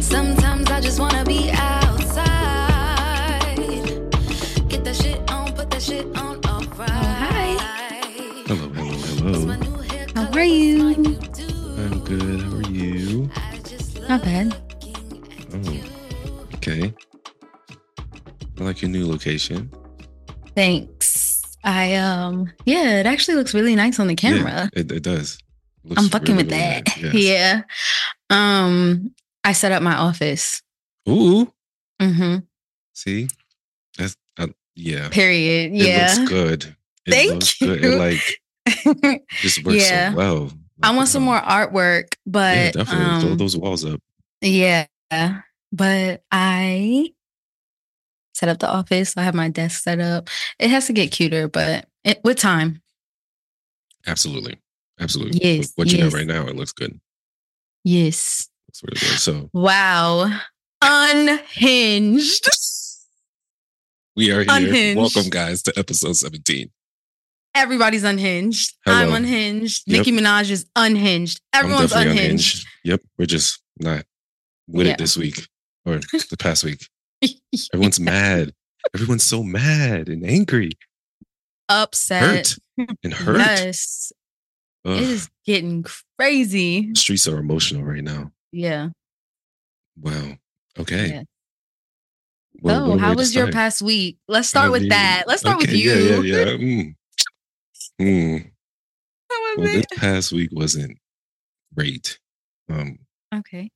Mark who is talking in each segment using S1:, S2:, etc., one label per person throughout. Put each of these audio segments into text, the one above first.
S1: Sometimes I just wanna be outside. Get that shit on, put that shit on, alright. hi.
S2: Hello, hello, hello.
S1: How are you?
S2: I'm good. How are you?
S1: Not bad.
S2: Oh, okay. I like your new location.
S1: Thanks. I um yeah, it actually looks really nice on the
S2: Yeah,
S1: camera.
S2: it, it does. Looks
S1: I'm fucking
S2: really,
S1: with
S2: really
S1: that.
S2: nice. Yes.
S1: Yeah. Um I set up my office.
S2: Ooh.
S1: hmm
S2: See, that's uh, yeah.
S1: Period.
S2: It
S1: Yeah.
S2: looks good. It
S1: Thank
S2: looks Good.
S1: you.
S2: It like just works
S1: Yeah.
S2: so well.
S1: I want some more
S2: Like,
S1: artwork, but
S2: yeah, definitely. Throw
S1: um,
S2: those walls up.
S1: Yeah. But I set up the office. I have my desk set up. It has to get cuter, but it, with time.
S2: Absolutely. Absolutely. What-
S1: Yes,
S2: What you have
S1: yes.
S2: right now, it looks good.
S1: Yes.
S2: Looks really good. So
S1: Wow. Unhinged.
S2: we are here.
S1: Unhinged.
S2: Welcome, guys, to episode 17.
S1: Everybody's unhinged. I'm
S2: Hello.
S1: unhinged.
S2: Yep.
S1: Nicki Minaj is unhinged.
S2: I'm
S1: Everyone's
S2: definitely
S1: unhinged.
S2: Yep. We're just not with
S1: Yeah.
S2: it this week or the past week. Everyone's mad. Everyone's so mad and angry,
S1: Upset.
S2: hurt and hurt.
S1: Yes.
S2: Ugh,
S1: It is getting crazy.
S2: Streets are emotional right now.
S1: Yeah.
S2: Wow. Okay.
S1: Yeah.
S2: Well, what
S1: so,
S2: a way
S1: Oh, how
S2: to
S1: was your
S2: start.
S1: past week? Let's start
S2: I
S1: with
S2: mean,
S1: that. Let's start with
S2: okay,
S1: you.
S2: Yeah, yeah, yeah. Mm. Mm.
S1: That was
S2: Well, this
S1: it.
S2: past week wasn't great. Um,
S1: Okay.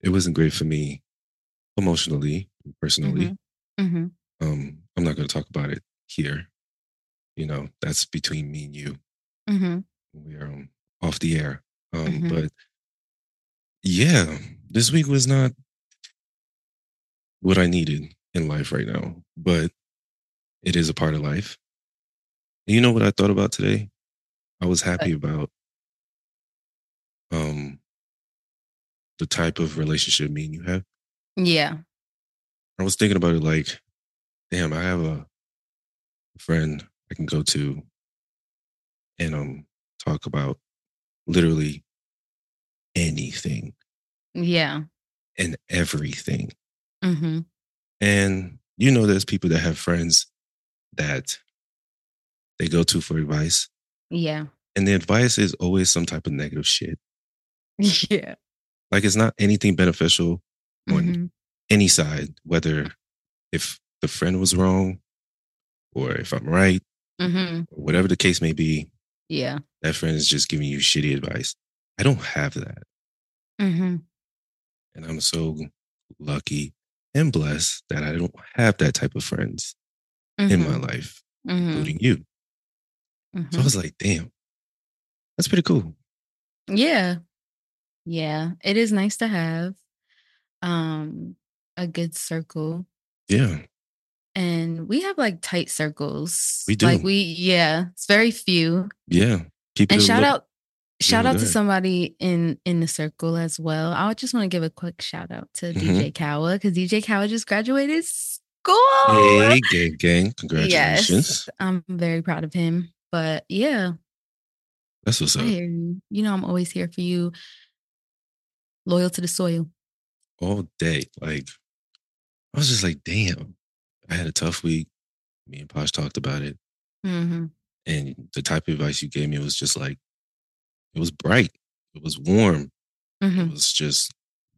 S2: it wasn't great for me emotionally, personally.
S1: hmm
S2: Um, I'm not going to talk about it here. You know, that's between me and you.
S1: hmm
S2: We are um, off the air. Um,
S1: Mhm.
S2: But yeah, this week was not what I needed in life right now, but it is a part of life. And you know what I thought about today? I was happy about um, the type of relationship me and you have.
S1: Yeah.
S2: I was thinking about it like, damn, I have a friend I can go to and um talk about literally anything
S1: Yeah.
S2: and everything.
S1: hmm
S2: And you know there's people that have friends that they go to for advice.
S1: Yeah.
S2: And the advice is always some type of negative shit.
S1: Yeah.
S2: Like it's not anything beneficial on
S1: Mhm.
S2: any side, whether if the friend was wrong or if I'm right,
S1: Mhm.
S2: or whatever the case may be.
S1: Yeah.
S2: that friend is just giving you shitty advice. I don't have that.
S1: hmm
S2: And I'm so lucky and blessed that I don't have that type of friends
S1: Mm-hmm.
S2: in my life, including you. So I was like, damn, that's pretty cool.
S1: Yeah. Yeah. It is nice to have um a good circle.
S2: Yeah.
S1: And we have like tight circles.
S2: We do.
S1: Like we yeah, it's very few.
S2: Yeah. Keep
S1: And
S2: it a
S1: shout
S2: look-
S1: out shout
S2: Yeah,
S1: out
S2: go
S1: to
S2: ahead.
S1: somebody in in the circle as well. I would just want to give a quick shout out to
S2: Mhm.
S1: DJ Kawa because DJ Kawa just graduated school.
S2: Hey, gang, gang. Congratulations.
S1: I'm very proud of him. But yeah,
S2: That's what's
S1: I
S2: up.
S1: hear you. You know, I'm always here for you. Loyal to the soil.
S2: All day. Like, I was just like, damn, I had a tough week. Me and Posh talked about it.
S1: hmm
S2: And the type of advice you gave me was just like, it was bright, it was warm,
S1: hmm
S2: It was just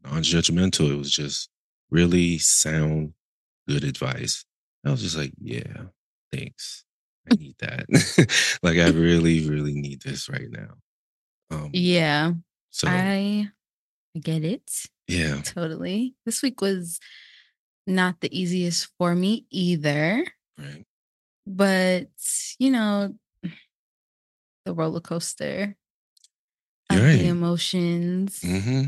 S2: non-judgmental. It was just really sound, good advice. I was just like, yeah, thanks. I need that. like I really, really need this right now. Um
S1: Yeah,
S2: so
S1: I I get it
S2: yeah.
S1: totally. This week was not the easiest for me either,
S2: Right.
S1: but you know, the roller coaster of
S2: You're right.
S1: the emotions.
S2: hmm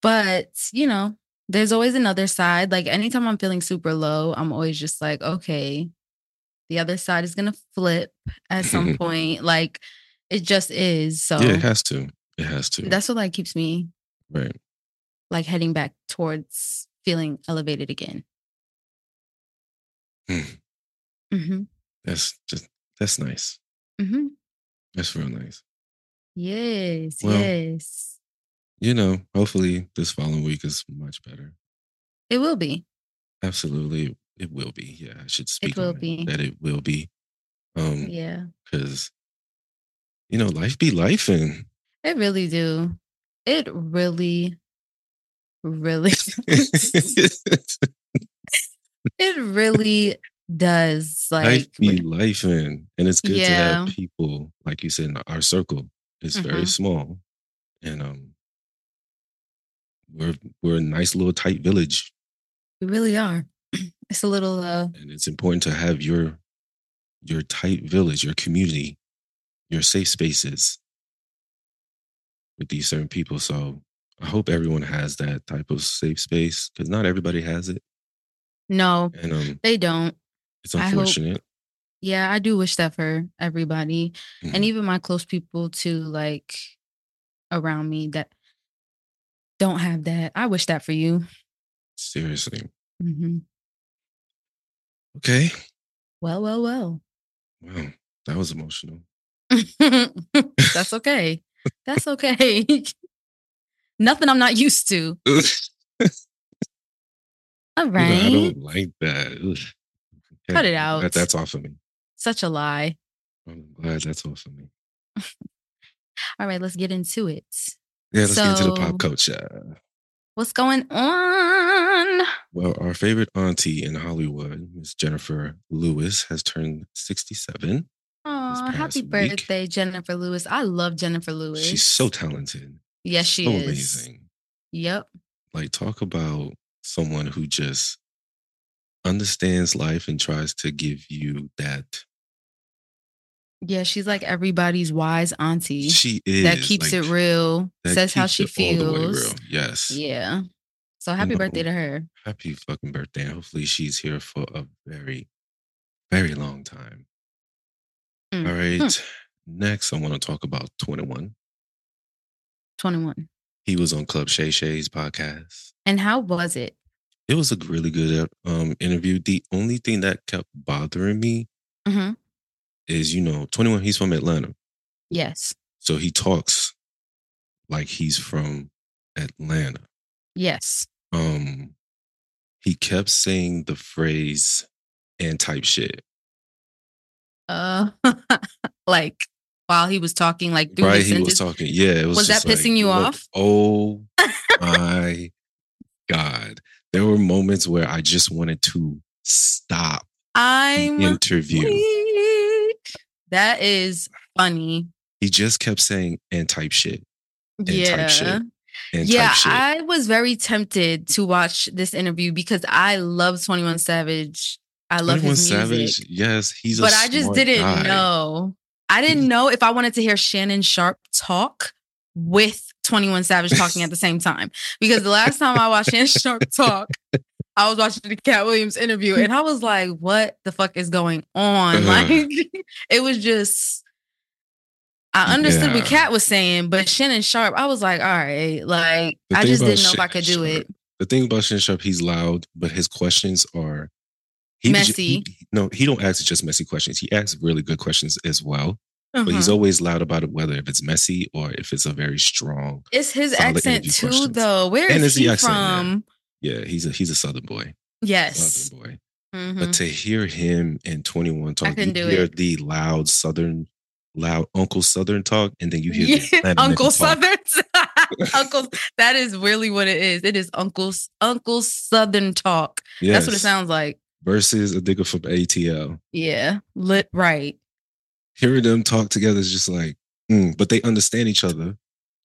S1: But you know, there's always another side. Like anytime I'm feeling super low, I'm always just like, okay, the other side is gonna flip at some point. Like it just is. So
S2: Yeah, it has to. It has to.
S1: Oh. that's what like keeps me
S2: right.
S1: like heading back towards feeling elevated again.
S2: Mm.
S1: hmm
S2: That's just that's nice.
S1: hmm
S2: That's real nice.
S1: Yes.
S2: Well,
S1: yes.
S2: you know, hopefully this following week is much better.
S1: It will be.
S2: Absolutely, it will be. Yeah, I should speak
S1: will
S2: on
S1: be.
S2: that it will be. Um,
S1: Yeah.
S2: because you know, life be life, and
S1: It really do. It really, really, it really does. Like,
S2: life be life, and and it's good to have
S1: Yeah.
S2: people like you said in our circle. It's very
S1: Mhm.
S2: small, and um, we're we're a nice little tight village.
S1: we really are. It's a little, uh,
S2: and it's important to have your your tight village your community your safe spaces with these certain people so i hope everyone has that type of safe space because not everybody has it
S1: no,
S2: and um
S1: they don't.
S2: it's
S1: I hope-
S2: unfortunate
S1: Yeah, I do wish that for everybody.
S2: Mhm.
S1: and even my close people too, like around me that don't have that. I wish that for you.
S2: seriously
S1: hmm
S2: okay
S1: Well, well, well.
S2: wow that was emotional
S1: That's okay. That's okay. Nothing I'm not used to.
S2: Ugh,
S1: All
S2: i
S1: right.
S2: don't like that Ugh.
S1: Cut it
S2: I'm glad
S1: out.
S2: that's off of me
S1: Such a lie.
S2: i'm glad that's off of me
S1: All right, let's get into it.
S2: yeah let's get into
S1: So-
S2: the pop culture
S1: What's going on?
S2: Well, our favorite auntie in Hollywood, Miss Jennifer Lewis, has turned 67.
S1: Oh,
S2: past
S1: happy
S2: week.
S1: birthday, Jennifer Lewis. I love Jennifer Lewis.
S2: She's so talented.
S1: yes, she
S2: so
S1: is.
S2: amazing.
S1: Yep.
S2: Like, talk about someone who just understands life and tries to give you that.
S1: Yeah, she's like everybody's wise auntie.
S2: She is.
S1: that keeps
S2: like,
S1: it real,
S2: that
S1: says how she
S2: keeps it all the way
S1: feels.
S2: real. Yes.
S1: Yeah. So happy
S2: know.
S1: birthday to her.
S2: Happy fucking birthday. And hopefully she's here for a very, very long time.
S1: Mm. Hmm.
S2: All right. Next, I want to talk about 21.
S1: 21.
S2: He was on Club Shay Shay's podcast.
S1: And how was it?
S2: it was a really good um interview. The only thing that kept bothering me
S1: hmm
S2: is, you know, 21, he's from Atlanta.
S1: Yes.
S2: So he talks like he's from Atlanta.
S1: Yes.
S2: Um he kept saying the phrase and type shit.
S1: Uh like while he was talking, like through
S2: right?
S1: his
S2: He was
S1: sentence.
S2: talking. Yeah, it was
S1: Was that
S2: just like,
S1: pissing you
S2: look,
S1: off?
S2: Oh my God. There were moments where I just wanted to stop the
S1: I'm
S2: interview.
S1: weak. That is funny.
S2: He just kept saying and type shit. And
S1: yeah.
S2: type shit. And
S1: Yeah,
S2: type shit.
S1: I was very tempted to watch this interview because I love 21 Savage. I love
S2: 21
S1: his music.
S2: Savage, yes, he's a
S1: but I just
S2: smart
S1: didn't
S2: guy.
S1: know. I
S2: Mm.
S1: didn't know if I wanted to hear Shannon Sharp talk with 21 Savage talking at the same time. Because the last time I watched Shannon Sharp talk, I was watching the Cat Williams interview and I was like, what the fuck is going on?
S2: Ugh.
S1: Like, it was just, I understood what
S2: Yeah.
S1: Cat was saying, but Shannon Sharp, I was like, all right, like,
S2: The
S1: I
S2: thing
S1: just
S2: about
S1: didn't know if I could do
S2: Shannon
S1: it.
S2: Sharp- The thing about Shin Sharp, he's loud, but his questions are he was ju- he-
S1: Messy.
S2: he- no, he don't ask just messy questions. He asks really good questions as well, but he's
S1: Uh-huh.
S2: always loud about it, whether if it's messy or if it's a very strong.
S1: It's his
S2: solid
S1: accent
S2: interview
S1: too,
S2: questions.
S1: though. Where
S2: And
S1: is
S2: it's the
S1: he
S2: accent, yeah.
S1: from?
S2: Yeah, he's a he's a Southern boy,
S1: Yes.
S2: Southern boy.
S1: Mhm.
S2: But to hear him and Twenty One talk, you
S1: couldn't do
S2: hear
S1: it.
S2: the loud Southern, loud Uncle Southern talk, and then you hear the
S1: Yeah,
S2: Atlanta nigga
S1: Uncle
S2: talk.
S1: Southern. Uncle, that is really what it is. It is Uncle Uncle Southern talk. That's what it
S2: Yes.
S1: sounds like.
S2: versus a nigga from ATL.
S1: Yeah, lit right.
S2: Hearing them talk together is just like, mm, but they understand each other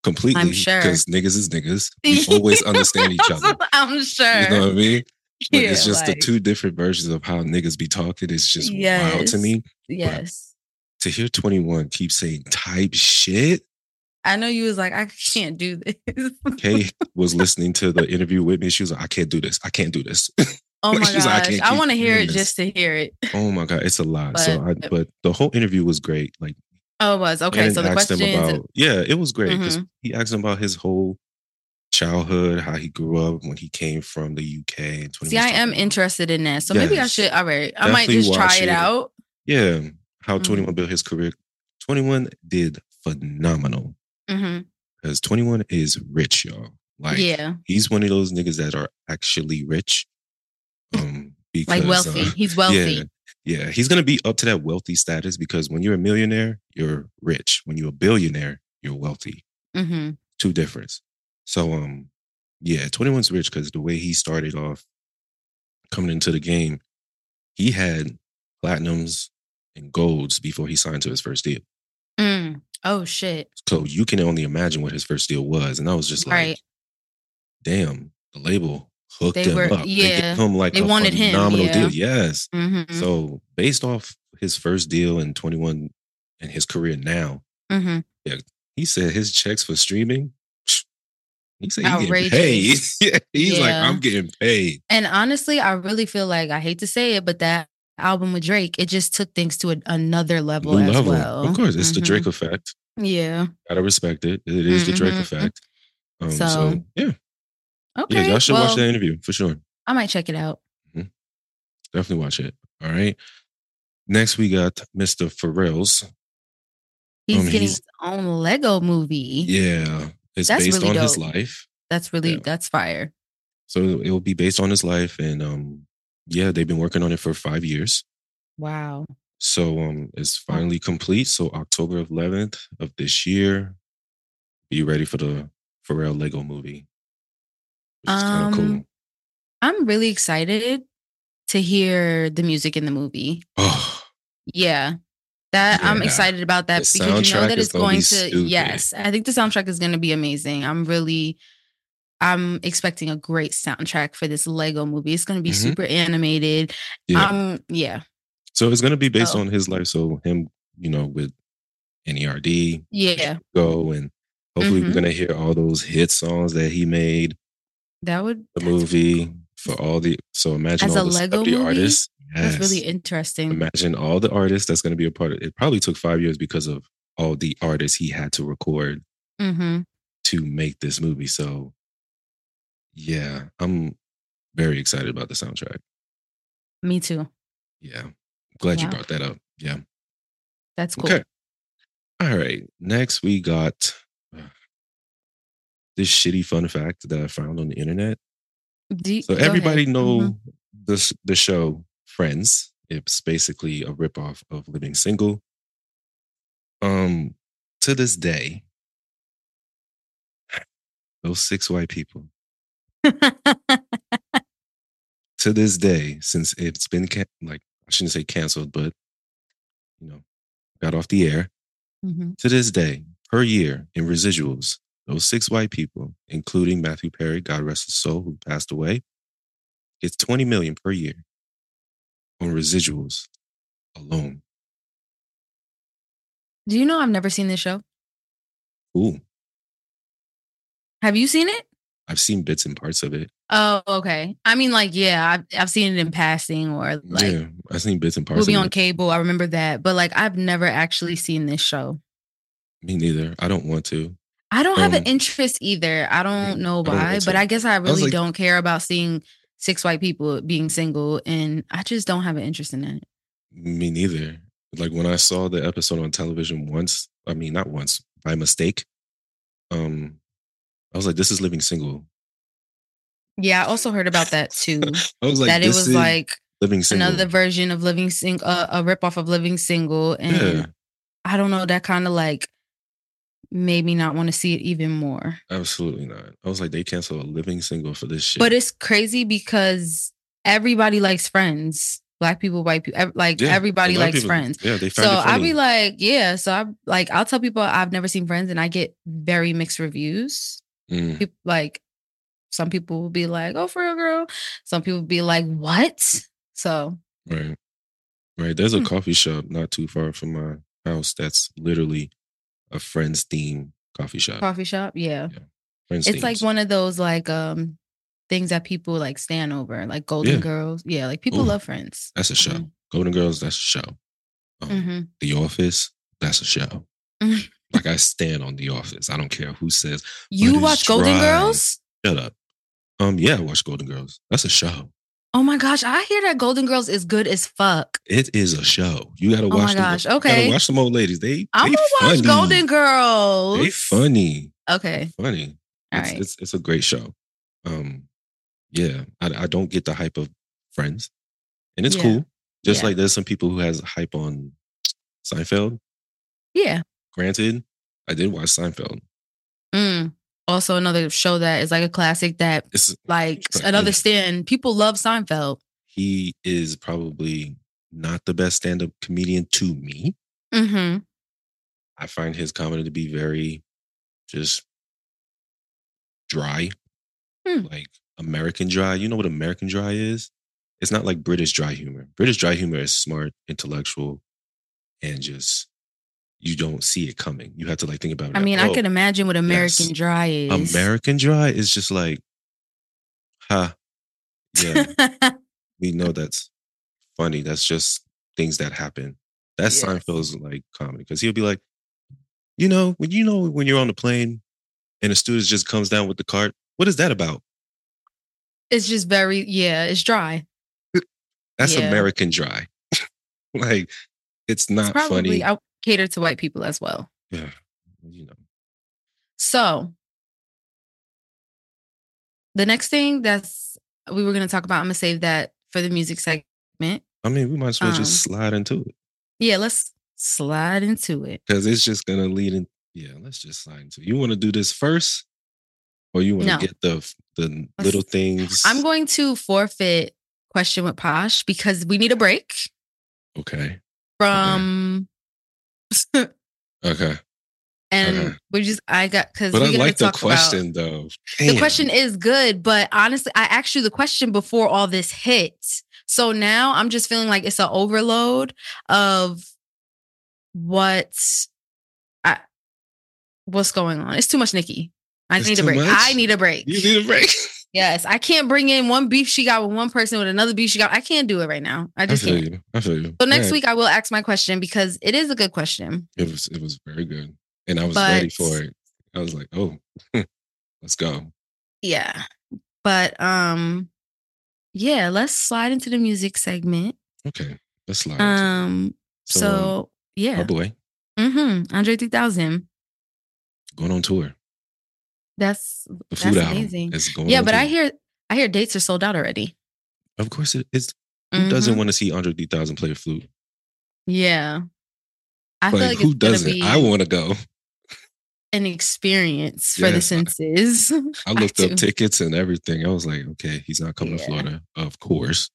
S2: completely.
S1: sure.
S2: Because niggas is niggas. We always understand each other.
S1: I'm sure.
S2: You know what I mean? But it's
S1: Yeah,
S2: just
S1: like,
S2: the two different versions of how niggas be talking. It's just wild
S1: Yes.
S2: to me.
S1: Yes,
S2: To hear 21 keep saying type shit.
S1: I know you was like, I can't do this.
S2: Kay was listening to the interview with me. She was like, I can't do this. I can't do this.
S1: oh my
S2: She
S1: gosh,
S2: was like, I
S1: I,
S2: can't keep
S1: want to hear
S2: hearing
S1: it
S2: this.
S1: just to hear it.
S2: oh my God. It's a lot. so I
S1: But-
S2: but the whole interview was great. Like
S1: Oh, it was okay.
S2: Aaron
S1: so the
S2: asked
S1: questions. Mm-hmm.
S2: him
S1: and-
S2: about yeah, it was great because he asked him about his whole childhood, how he grew up when he came from the UK. And 20
S1: See, I am interested in that. So maybe I
S2: Yes.
S1: should. All right, I might
S2: Definitely
S1: just try
S2: watch
S1: it,
S2: it.
S1: out.
S2: Yeah, how
S1: Mhm.
S2: 21 built his career. 21 did phenomenal.
S1: Mhm.
S2: Because 21 is rich, y'all. Like
S1: yeah,
S2: he's one of those niggas that are actually rich. Um because,
S1: like wealthy.
S2: uh,
S1: He's wealthy.
S2: Yeah, yeah. He's gonna be up to that wealthy status because when you're a millionaire, you're rich. When you're a billionaire, you're wealthy.
S1: hmm
S2: Two difference. So um yeah, 21's rich because the way he started off coming into the game, he had platinums and golds before he signed to his first deal.
S1: Mm. Oh shit!
S2: So you can only imagine what his first deal was. And I was just like,
S1: right.
S2: damn, the label hooked
S1: They
S2: him
S1: were-
S2: up.
S1: yeah.
S2: They gave him like
S1: They
S2: a
S1: wanted him,
S2: phenomenal
S1: yeah.
S2: deal. Yes.
S1: hmm
S2: So based off his first deal in 21 and his career now,
S1: hmm
S2: he said his checks for streaming. He said he getting paid.
S1: Outrageous.
S2: yeah, he's like,
S1: Yeah.
S2: I'm getting paid.
S1: And honestly, I really feel like I hate to say it, but that album with Drake, it just took things to a, another level
S2: New
S1: as
S2: level.
S1: well.
S2: Of course, it's the
S1: Mhm.
S2: Drake effect.
S1: Yeah.
S2: Gotta respect it. It is the Drake
S1: Mhm.
S2: effect. Um, so,
S1: So,
S2: yeah,
S1: Okay.
S2: yeah, y'all should
S1: well,
S2: watch that interview for sure.
S1: I might check it out.
S2: Definitely watch it. All right. Next, we got Mr. Pharrell's.
S1: He's
S2: Um,
S1: getting
S2: he's-
S1: his own Lego movie.
S2: Yeah, it's
S1: That's
S2: based
S1: really
S2: on his
S1: dope.
S2: life.
S1: That's really
S2: Yeah.
S1: that's fire.
S2: So it will be based on his life, and um, yeah, they've been working on it for five years.
S1: Wow.
S2: So um, it's finally complete. So October 11th of this year, be ready for the Pharrell Lego movie. Which is kind
S1: Um,
S2: of cool.
S1: I'm really excited to hear the music in the movie.
S2: Oh,
S1: Yeah. That I'm
S2: Yeah.
S1: excited about that
S2: The
S1: because you know
S2: soundtrack
S1: that
S2: is
S1: it's
S2: gonna be
S1: going to
S2: stupid.
S1: yes. I think the soundtrack is going to be amazing. I'm really I'm expecting a great soundtrack for this Lego movie. It's going to be
S2: Mhm.
S1: super animated.
S2: Yeah.
S1: Um yeah.
S2: so it's gonna be based
S1: oh.
S2: on his life. So him, you know, with E NERD,
S1: Yeah.
S2: go, and hopefully
S1: Mhm.
S2: we're gonna hear all those hit songs that he made.
S1: That would
S2: the
S1: that's-
S2: movie for all the so imagine
S1: As
S2: all
S1: a
S2: the
S1: Lego
S2: celebrity
S1: movie?
S2: artists.
S1: That's
S2: Yes.
S1: really interesting.
S2: imagine all the artists that's going to be a part of it. Probably took five years because of all the artists he had to record
S1: Mm-hmm.
S2: to make this movie. So yeah, I'm very excited about the soundtrack.
S1: Me too.
S2: Yeah. Glad you
S1: Wow.
S2: brought that up. Yeah.
S1: That's cool.
S2: Okay. All right. Next we got uh, this shitty fun fact that I found on the internet.
S1: Do you-
S2: So
S1: go ahead.
S2: everybody know
S1: Mhm.
S2: this the show Friends. It's basically a ripoff of Living Single. Um, to this day, those six white people.
S1: Mm-hmm.
S2: To this day, since it's been can- like I shouldn't say canceled, but you know, got off the air.
S1: Mhm.
S2: To this day, per year in residuals, those six white people, including Matthew Perry, God rest his soul, who passed away, gets 20 million per year on residuals alone.
S1: Do you know I've never seen this show?
S2: Ooh,
S1: Have you seen it?
S2: I've seen bits and parts of it.
S1: Oh, okay. I mean, like, yeah, I've I've seen it in passing or like
S2: yeah, I've seen bits and parts
S1: we'll be
S2: of
S1: on
S2: it.
S1: cable. I remember that, but like, I've never actually seen this show.
S2: Me neither. I don't want to.
S1: I don't have an
S2: Um,
S1: interest either. I don't know
S2: don't
S1: why,
S2: want
S1: but
S2: to.
S1: I guess I really
S2: like-
S1: don't care about seeing six white people being single, and I just don't have an interest in it.
S2: Me neither. Like when I saw the episode on television once, I mean not once, by mistake. Um I was like, this is living single.
S1: Yeah, I also heard about that too.
S2: I was like,
S1: that it
S2: this
S1: was
S2: is
S1: like
S2: living single.
S1: another version of Living Sing, uh, a ripoff of Living Single, and
S2: yeah,
S1: I don't know that kind of like made me not want to see it even more.
S2: absolutely not. I was like, they canceled a living single for this shit.
S1: But it's crazy because everybody likes friends. Black people, white people, ev- like
S2: Yeah,
S1: everybody
S2: A lot of
S1: likes
S2: people-
S1: friends.
S2: Yeah, they
S1: So
S2: found it funny.
S1: I'll be like, yeah. So I like I'll tell people I've never seen Friends, and I get very mixed reviews.
S2: Mm,
S1: Peop- like some people will be like, "Oh, for real, girl." Some people be like, "What?" So
S2: right. Right. There's a
S1: Hmm.
S2: coffee shop not too far from my house that's literally a friends theme coffee shop.
S1: coffee shop, yeah.
S2: Friends
S1: It's like
S2: themes.
S1: one of those like um things that people like stand over, like Golden
S2: Yeah.
S1: Girls. Yeah, like people
S2: Ooh.
S1: love Friends.
S2: That's a show.
S1: Mhm.
S2: Golden Girls, that's a show. Um,
S1: Mhm.
S2: The Office, that's a show.
S1: Mm.
S2: like I stand on The Office. I don't care who says,
S1: You
S2: is
S1: watch Golden
S2: dry.
S1: Girls?
S2: shut up. Um, yeah, I watch Golden Girls. That's a show.
S1: Oh my gosh, I hear that Golden Girls is good as fuck.
S2: It is a show. You gotta
S1: Oh
S2: watch.
S1: my
S2: them-
S1: gosh,
S2: you gotta
S1: okay.
S2: watch some old ladies. They.
S1: I'm
S2: they
S1: gonna watch
S2: funny.
S1: Golden Girls.
S2: They funny,
S1: Okay,
S2: funny.
S1: all
S2: it's,
S1: right.
S2: it's it's a great show. Um, yeah, I, I don't get the hype of Friends, and it's
S1: Yeah.
S2: cool. Just
S1: Yeah.
S2: like there's some people who has hype on Seinfeld.
S1: yeah.
S2: Granted, I did watch Seinfeld.
S1: Mm. Also, another show that is like a classic that,
S2: It's
S1: like
S2: It's like,
S1: another
S2: yeah.
S1: stand. People love Seinfeld.
S2: he is probably not the best stand up comedian to me.
S1: Mm-hmm.
S2: I find his comedy to be very just dry,
S1: Hmm.
S2: like American dry. You know what American dry is? It's not like British dry humor. British dry humor is smart, intellectual, and just you don't see it coming. You have to like think about it.
S1: I
S2: like,
S1: mean, I
S2: oh,
S1: could imagine what American
S2: yes.
S1: Dry is.
S2: American dry is just like, huh? Yeah, we know that's funny. That's just things that happen. That's
S1: Yes.
S2: Seinfeld's like comedy because he'll be like, you know, when you know when you're on the plane and a student just comes down with the cart, what is that about?
S1: it's just very yeah. It's dry.
S2: That's
S1: Yeah.
S2: American dry. like, it's not
S1: it's probably
S2: funny.
S1: I cater to white people as well.
S2: Yeah, you know,
S1: So the next thing that's we were gonna talk about, I'm gonna save that for the music segment.
S2: I mean, we might as well just
S1: Um,
S2: slide into it
S1: Yeah, let's slide into it.
S2: because it's just gonna lead in. Yeah, let's just slide into. it. You want to do this first, or you want to
S1: No.
S2: get the the
S1: Let's-
S2: little things?
S1: I'm going to forfeit question with Posh because we need a break
S2: okay.
S1: from
S2: Okay,
S1: and
S2: Okay.
S1: we just I got because
S2: but I like the
S1: talk
S2: question though.
S1: About, the
S2: Damn.
S1: question is good, but honestly, I asked you the question before all this hit. So now I'm just feeling like it's an overload of what I what's going on. It's too much, Nikki. I
S2: It's
S1: need a
S2: too
S1: break.
S2: much?
S1: I need a break.
S2: You need a break.
S1: Yes, I can't bring in one beef she got with one person with another beef she got. I can't do it right now. I
S2: I
S1: just
S2: feel
S1: can't.
S2: you. I feel you.
S1: So next
S2: Alright.
S1: week I will ask my question because it is a good question.
S2: it was it was very good, and I was
S1: But-
S2: ready for it. I was like, oh, let's go.
S1: Yeah. But um yeah, let's slide into the music segment.
S2: Okay, let's slide. into it.
S1: Um so,
S2: um,
S1: yeah.
S2: our boy
S1: Mhm. Andre 3000.
S2: going on tour.
S1: That's
S2: The
S1: That's
S2: food album
S1: amazing.
S2: is going.
S1: Yeah,
S2: on
S1: but I
S2: tour.
S1: hear I hear dates are sold out already. Mm-hmm.
S2: Of course, it is. Who doesn't want to see Andre 3000 play flute?
S1: Yeah. I feel
S2: like,
S1: like
S2: who
S1: it's gonna
S2: doesn't?
S1: be
S2: I want to go.
S1: an experience for the
S2: Yes, I-
S1: senses.
S2: I looked up
S1: do.
S2: tickets and everything. I was like, okay, he's not coming
S1: Yeah.
S2: to Florida, of course.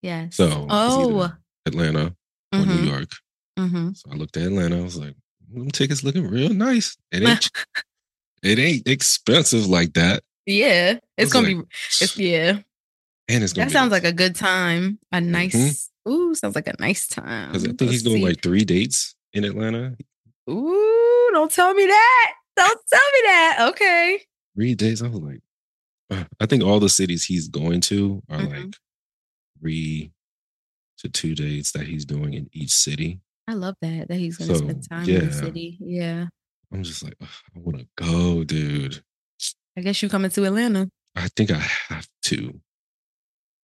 S1: yes.
S2: So it's either
S1: oh,
S2: Atlanta or
S1: hmm
S2: New York.
S1: hmm
S2: So I looked at Atlanta. I was like, them tickets looking real nice. It ain't it ain't expensive like that.
S1: yeah, it's
S2: was
S1: gonna
S2: like,
S1: be. It's, yeah,
S2: And it's gonna
S1: that sounds like a good time. A nice. Ooh, sounds like a nice time.
S2: because Mm-hmm. I think he's
S1: Let's
S2: doing
S1: see.
S2: like three dates in Atlanta.
S1: Ooh, don't tell me that. Don't tell me that. Okay.
S2: Three dates. I was like, uh, I think all the cities he's going to are
S1: Mhm.
S2: like three to two dates that he's doing in each city.
S1: I love that that he's gonna
S2: So,
S1: spend time in the
S2: yeah.
S1: city. Yeah.
S2: I'm just like, "Ugh, I want to go, dude.
S1: I guess you coming to Atlanta.
S2: I think I have to.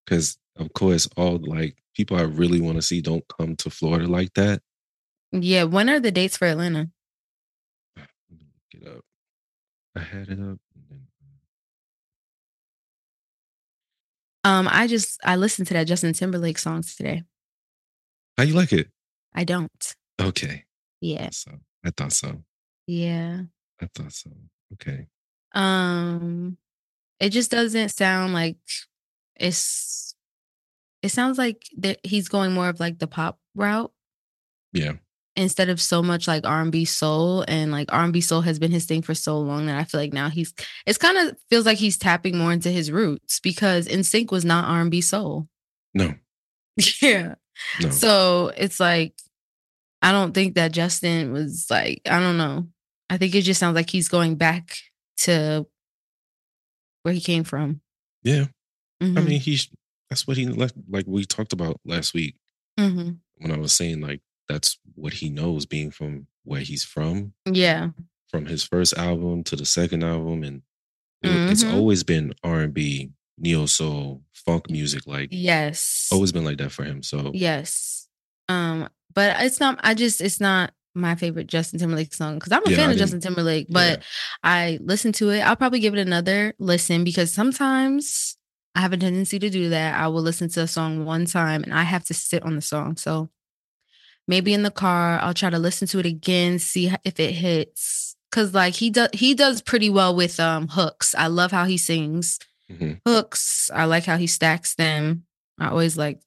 S2: Because, of course, all like people I really want to see don't come to Florida like that.
S1: Yeah. When are the dates for Atlanta?
S2: Let me look it up. I had it up. and then-
S1: Um, I just I listened to that Justin Timberlake songs today.
S2: How you like it?
S1: I don't.
S2: Okay.
S1: Yeah.
S2: So I thought so.
S1: Yeah.
S2: I thought so. Okay.
S1: Um, it just doesn't sound like it's. It sounds like that he's going more of like the pop route
S2: Yeah.
S1: instead of so much like R and B soul and like R and B soul has been his thing for so long that I feel like now he's it's kind of feels like he's tapping more into his roots because NSYNC was not R and B soul.
S2: No.
S1: Yeah.
S2: No.
S1: So it's like, I don't think that Justin was like, I don't know. I think it just sounds like he's going back to where he came from.
S2: yeah. I
S1: Mhm,
S2: mean, he's that's what he left. Like we talked about last week
S1: mhm.
S2: when I was saying like that's what he knows, being from where he's from,
S1: Yeah.
S2: from his first album to the second album, and it- it's
S1: Mhm.
S2: always been R and B neo soul, funk music. Like
S1: Yes.
S2: always been like that for him. So
S1: Yes. Um, but it's not. I just it's not my favorite Justin Timberlake song because I'm a
S2: Yeah,
S1: fan
S2: I
S1: of
S2: didn't-
S1: Justin Timberlake, but I listen to it. I'll probably give it another listen because sometimes I have a tendency to do that. I will listen to a song one time and I have to sit on the song. So maybe in the car, I'll try to listen to it again, see h- if it hits. Cause like he does, he does pretty well with um hooks. I love how he sings
S2: Mhm.
S1: hooks. I like how he stacks them. I always like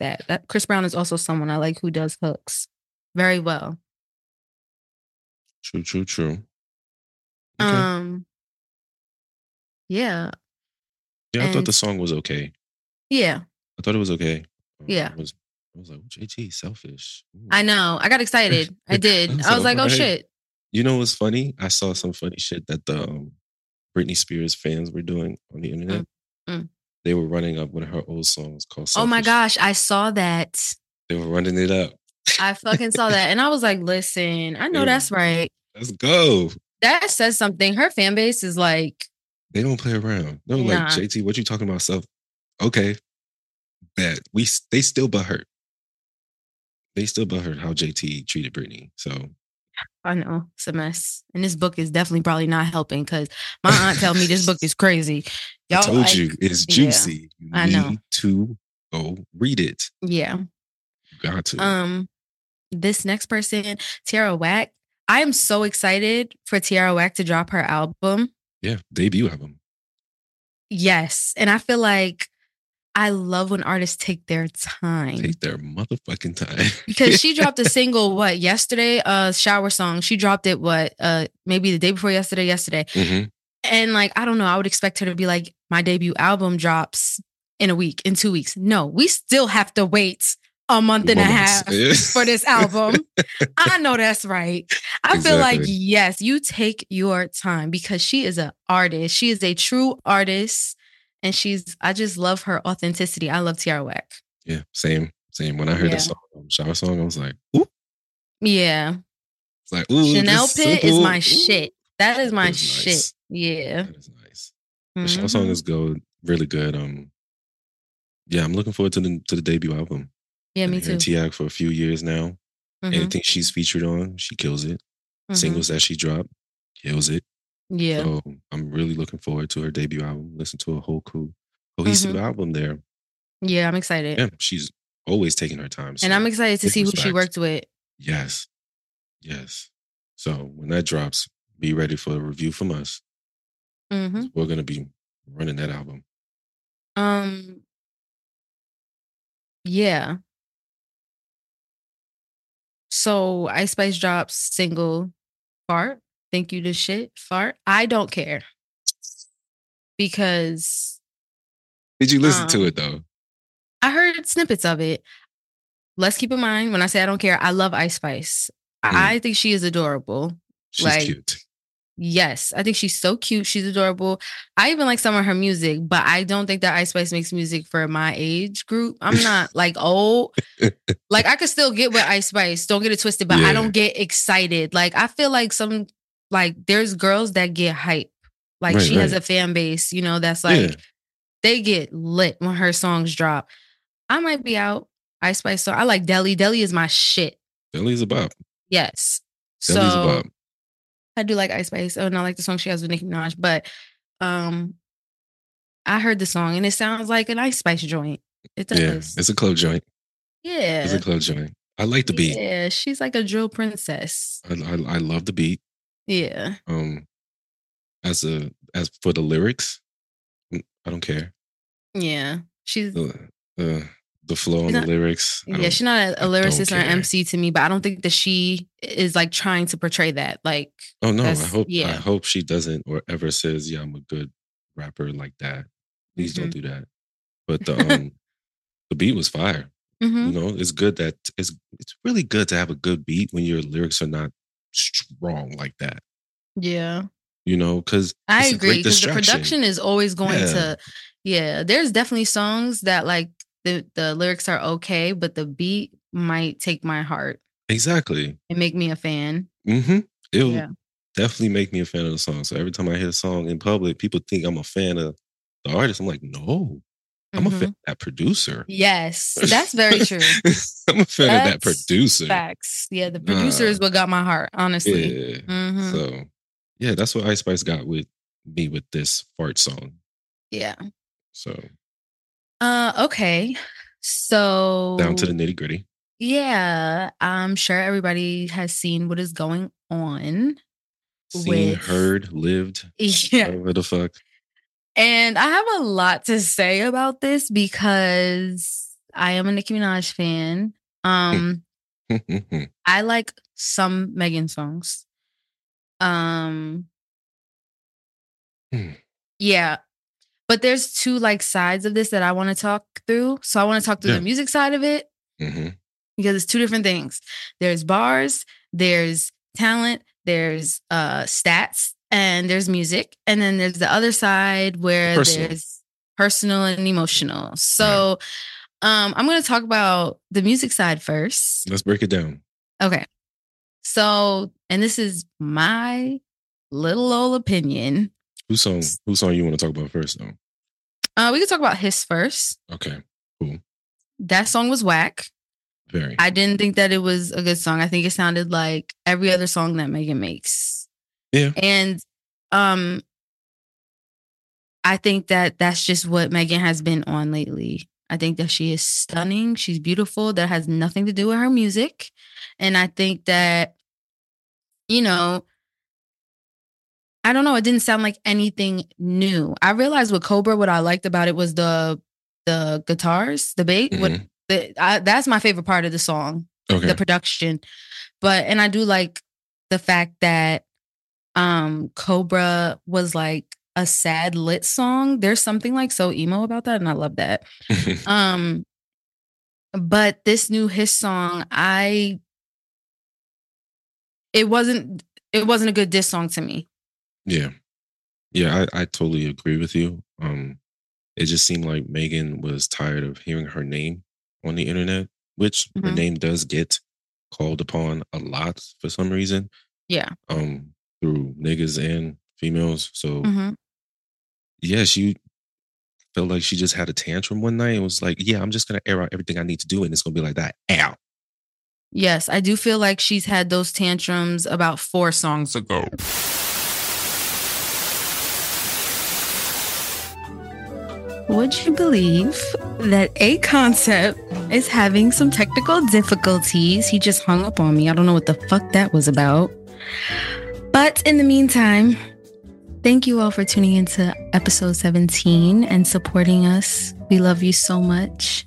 S1: that. That Chris Brown is also someone I like who does hooks very well.
S2: true, true, true. Okay.
S1: Um Yeah.
S2: yeah, I thought
S1: and-
S2: the song was okay.
S1: Yeah.
S2: I thought it was okay. Um,
S1: Yeah.
S2: I was, I was like, JT, selfish. Ooh.
S1: I know. I got excited. I did.
S2: That's
S1: I was like, oh
S2: alright.
S1: shit.
S2: You know what's funny? I saw some funny shit that the um, Britney Spears fans were doing on the internet.
S1: mm.
S2: They were running up one of her old songs called
S1: Oh my
S2: Selfish.
S1: gosh. I saw that.
S2: They were running it up.
S1: I fucking saw that. And I was like, listen, I know
S2: Dude.
S1: that's right.
S2: Let's go.
S1: That says something. Her fan base is like,
S2: They don't play around. They were
S1: Nah.
S2: like, JT, what you talking about? Self. Okay. That we s- they still but hurt. They still but hurt how JT treated Britney. So
S1: I know it's a mess. And this book is definitely probably not helping because my aunt told me this book is crazy.
S2: I
S1: Y'all
S2: told
S1: like-
S2: you it's
S1: yeah,
S2: juicy. you
S1: I know.
S2: need to go read it.
S1: Yeah.
S2: You got to.
S1: Um, this next person, Tiara Wack. I am so excited for Tiara Wack to drop her album.
S2: yeah. Debut album.
S1: Yes, and I feel like I love when artists take their time
S2: Take their motherfucking time.
S1: because she dropped a single what yesterday, uh, shower song. She dropped it what uh maybe the day before yesterday, yesterday,
S2: Mhm.
S1: and like I don't know. I would expect her to be like my debut album drops in a week, in two weeks. No, we still have to wait a month and a
S2: Moments.
S1: half.
S2: Yeah.
S1: for this album. I know that's right. I feel like
S2: Exactly.
S1: yes, you take your time because she is an artist. She is a true artist, and she's. I just love her authenticity. I love Tiara Wack.
S2: Yeah, same, same. When I heard
S1: Yeah.
S2: the song, um, shower song, I was like, ooh,
S1: Yeah,
S2: it's like ooh,
S1: Chanel
S2: this
S1: Pit is
S2: simple.
S1: my
S2: Ooh,
S1: shit. That is
S2: That
S1: my
S2: is nice.
S1: shit. Yeah.
S2: That is nice. The shower song
S1: Mhm.
S2: is good, really good. Um, yeah, I'm looking forward to the to the debut album.
S1: yeah,
S2: Been
S1: me too.
S2: hearing Tiag for a few years now.
S1: Mhm,
S2: Anything she's featured on, she kills it.
S1: mhm.
S2: Singles that she dropped, kills it.
S1: mm-hmm. Yeah.
S2: So I'm really looking forward to her debut album. Listen to a whole cool, cohesive album there.
S1: Mm-hmm. yeah, I'm excited,
S2: Yeah, she's always taking her time.
S1: and
S2: so-
S1: I'm excited to
S2: big
S1: see who she
S2: respect.
S1: worked with.
S2: Yes. Yes. So when that drops, be ready for a review from us.
S1: Mhm.
S2: 'cause We're going to be running that album.
S1: Um. Yeah. So Ice Spice drops single fart. Thank you to shit fart. I don't care because
S2: Did you listen to
S1: Um,
S2: it though?
S1: I heard snippets of it. Let's keep in mind when I say I don't care, I love Ice Spice. I I think she is adorable.
S2: She's
S1: like-
S2: cute.
S1: Yes, I think she's so cute. She's adorable. I even like some of her music, but I don't think that Ice Spice makes music for my age group. I'm not like old. Like I could still get with Ice Spice. Don't get it twisted, but I
S2: Yeah.
S1: don't get excited. Like I feel like some like there's girls that get hype. Like
S2: Right,
S1: she has
S2: right.
S1: a fan base, you know, that's like
S2: yeah.
S1: they get lit when her songs drop. I might be out. Ice Spice song. I like Deli. Deli is my shit.
S2: Deli's a bop.
S1: Yes.
S2: Deli's
S1: so
S2: a bop.
S1: I do like Ice Spice. Oh, and I like the song she has with Nicki Minaj, but um I heard the song and it sounds like an Ice Spice joint. It
S2: Yeah.
S1: does.
S2: It's a club joint.
S1: Yeah.
S2: It's a club joint. I like the beat.
S1: Yeah, she's like a drill princess.
S2: I, I, I love the beat.
S1: Yeah.
S2: Um, as a as for the lyrics, mm, I don't care.
S1: Yeah. She's
S2: The the, the flow on
S1: She's
S2: the
S1: not-
S2: lyrics. I
S1: yeah,
S2: don't-
S1: she's not a, a
S2: I don't
S1: lyricist or an
S2: care.
S1: MC to me, but I don't think that she is like trying to portray that. Like,
S2: Oh no, I
S1: That's-
S2: hope I
S1: yeah.
S2: hope she doesn't or ever says, "Yeah, I'm a good rapper like that." Please don't
S1: Mm-hmm.
S2: do that. But the um, the beat was fire.
S1: mhm,
S2: You know, it's good that it's it's really good to have a good beat when your lyrics are not strong like that.
S1: yeah.
S2: You know, because
S1: I
S2: It's a great
S1: agree because the
S2: distraction.
S1: production is always going
S2: Yeah.
S1: to, yeah. There's definitely songs that like the the lyrics are okay, but the beat might take my heart
S2: exactly,
S1: and make me a fan.
S2: mm-hmm. it'll
S1: Yeah.
S2: definitely make me a fan of the song. So every time I hear a song in public, people think I'm a fan of the artist. I'm like, no, I'm a fan
S1: Mhm.
S2: of that producer.
S1: Yes, that's very true.
S2: I'm a fan of that
S1: That's
S2: producer.
S1: Facts. Yeah, the producer is
S2: Nah.
S1: what got my heart, honestly.
S2: Uh, Yeah.
S1: Mhm.
S2: So yeah, that's what Ice Spice got with me with this fart song.
S1: Yeah.
S2: So
S1: Uh, okay. So
S2: down to the nitty gritty.
S1: yeah, I'm sure everybody has seen what is going on.
S2: Seen,
S1: With-
S2: heard, lived,
S1: Yeah.
S2: whatever the fuck.
S1: And I have a lot to say about this because I am a Nicki Minaj fan.
S2: Hmm.
S1: Um,
S2: Mm-hmm.
S1: I like some Megan songs. Um,
S2: Hmm.
S1: yeah, but there's two like sides of this that I want to talk through. So I want to talk through
S2: Yeah.
S1: the music side of it
S2: hmm
S1: because it's two different things. There's bars, there's talent, there's uh stats, and there's music, and then there's the other side where
S2: Personal.
S1: there's personal and emotional. So um I'm going to talk about the music side first.
S2: Let's break it down.
S1: Okay. So, and this is my little old opinion.
S2: Whose song? Whose song you want to talk about first? Though.
S1: Uh we can talk about his first.
S2: Okay.
S1: That song was whack.
S2: Very.
S1: I didn't think that it was a good song. I think it sounded like every other song that Megan makes.
S2: Yeah.
S1: And um I think that that's just what Megan has been on lately. I think that she is stunning, she's beautiful, that has nothing to do with her music. And I think that you know I don't know, it didn't sound like anything new. I realized with Cobra what I liked about it was the the guitars, the bass, what
S2: Mhm.
S1: the, I, that's my favorite part of the song,
S2: Okay.
S1: the production. But and I do like the fact that um Cobra was like a sad lit song. There's something like so emo about that, and I love that. Um, but this new his song, I it wasn't it wasn't a good diss song to me.
S2: yeah. Yeah, I, I totally agree with you. Um, it just seemed like Megan was tired of hearing her name on the internet, which her
S1: Mhm.
S2: name does get called upon a lot for some reason.
S1: Yeah.
S2: Um, through niggas and females. So
S1: hmm
S2: yeah, she felt like she just had a tantrum one night and was like, Yeah, I'm just gonna air out everything I need to do, and it's gonna be like that. Ow.
S1: Yes, I do feel like she's had those tantrums about four songs ago. Would you believe that A Concept is having some technical difficulties? He just hung up on me. I don't know what the fuck that was about. But in the meantime, thank you all for tuning into episode 17 and supporting us. We love you so much.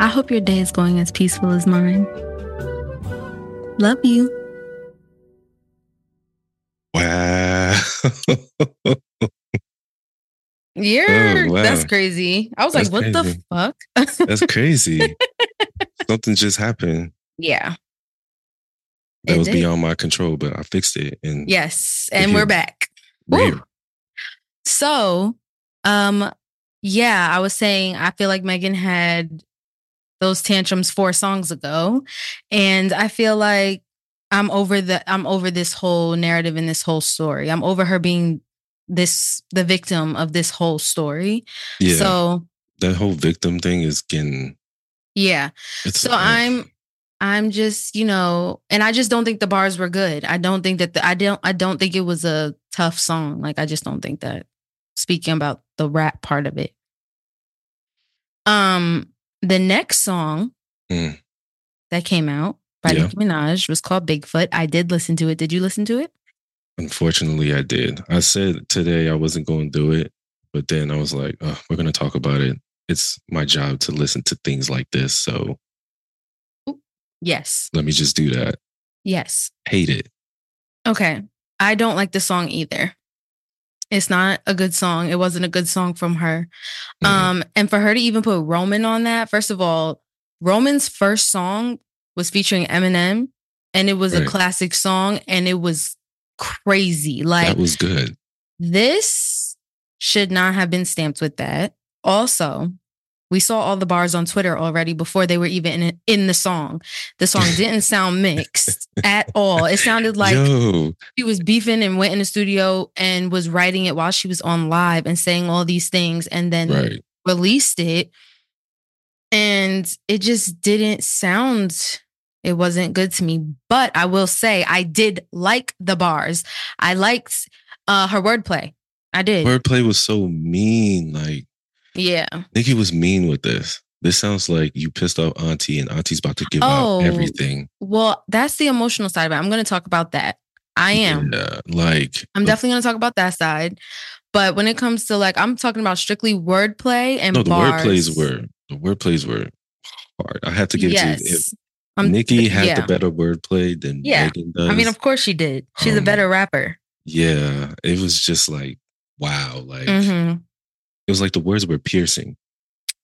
S1: I hope your day is going as peaceful as mine. Love you.
S2: Wow.
S1: Yeah,
S2: Oh, wow.
S1: that's crazy. I was
S2: That's
S1: like, what
S2: crazy.
S1: the fuck?
S2: That's crazy. Something just happened
S1: yeah.
S2: that
S1: It
S2: was
S1: did.
S2: beyond my control, but I fixed it. And
S1: Yes,
S2: If
S1: and
S2: you-
S1: we're back.
S2: we're
S1: Woo.
S2: here.
S1: So, um, yeah, I was saying I feel like Megan had those tantrums four songs ago, and I feel like I'm over the I'm over this whole narrative and this whole story. I'm over her being this the victim of this whole story.
S2: yeah,
S1: So
S2: that whole victim thing is getting.
S1: yeah,
S2: It's
S1: So I'm I'm just, you know, and I just don't think the bars were good. I don't think that the, I don't I don't think it was a tough song. Like I just don't think that speaking about the rap part of it. Um the next song
S2: Mm.
S1: that came out by
S2: Yeah.
S1: Nicki Minaj was called Bigfoot. I did listen to it. Did you listen to it?
S2: Unfortunately, I did. I said today I wasn't going to do it, but then I was like, oh, we're going to talk about it. It's my job to listen to things like this. So
S1: Yes.
S2: let me just do that.
S1: Yes.
S2: Hate it.
S1: Okay. I don't like the song either. It's not a good song. It wasn't a good song from her.
S2: Mhm.
S1: Um, and for her to even put Roman on that, first of all, Roman's first song was featuring Eminem, and it was
S2: Right.
S1: a classic song, and it was crazy. Like
S2: that was good.
S1: this should not have been stamped with that. Also, We saw all the bars on Twitter already before they were even in, in the song. The song didn't sound mixed at all. It sounded like
S2: Yo,
S1: she was beefing and went in the studio and was writing it while she was on live and saying all these things and then
S2: right.
S1: released it. And it just didn't sound, it wasn't good to me. But I will say, I did like the bars. I liked uh, her wordplay. I did.
S2: Wordplay was so mean. Like
S1: yeah.
S2: Nikki was mean with this. This sounds like you pissed off Auntie, and Auntie's about to give
S1: Oh,
S2: out everything.
S1: Well, that's the emotional side of it. I'm going to talk about that. I am.
S2: Yeah, like
S1: I'm definitely going to talk about that side. But when it comes to like, I'm talking about strictly wordplay and
S2: no. The
S1: bars.
S2: wordplays were the wordplays were hard. I have to give it to you. If
S1: Yes. I'm-
S2: Nikki had
S1: yeah.
S2: the better wordplay than
S1: Yeah.
S2: Megan does.
S1: I mean, of course she did. She's a
S2: Um,
S1: better rapper.
S2: yeah, it was just like wow. Like
S1: hmm
S2: it was like the words were piercing.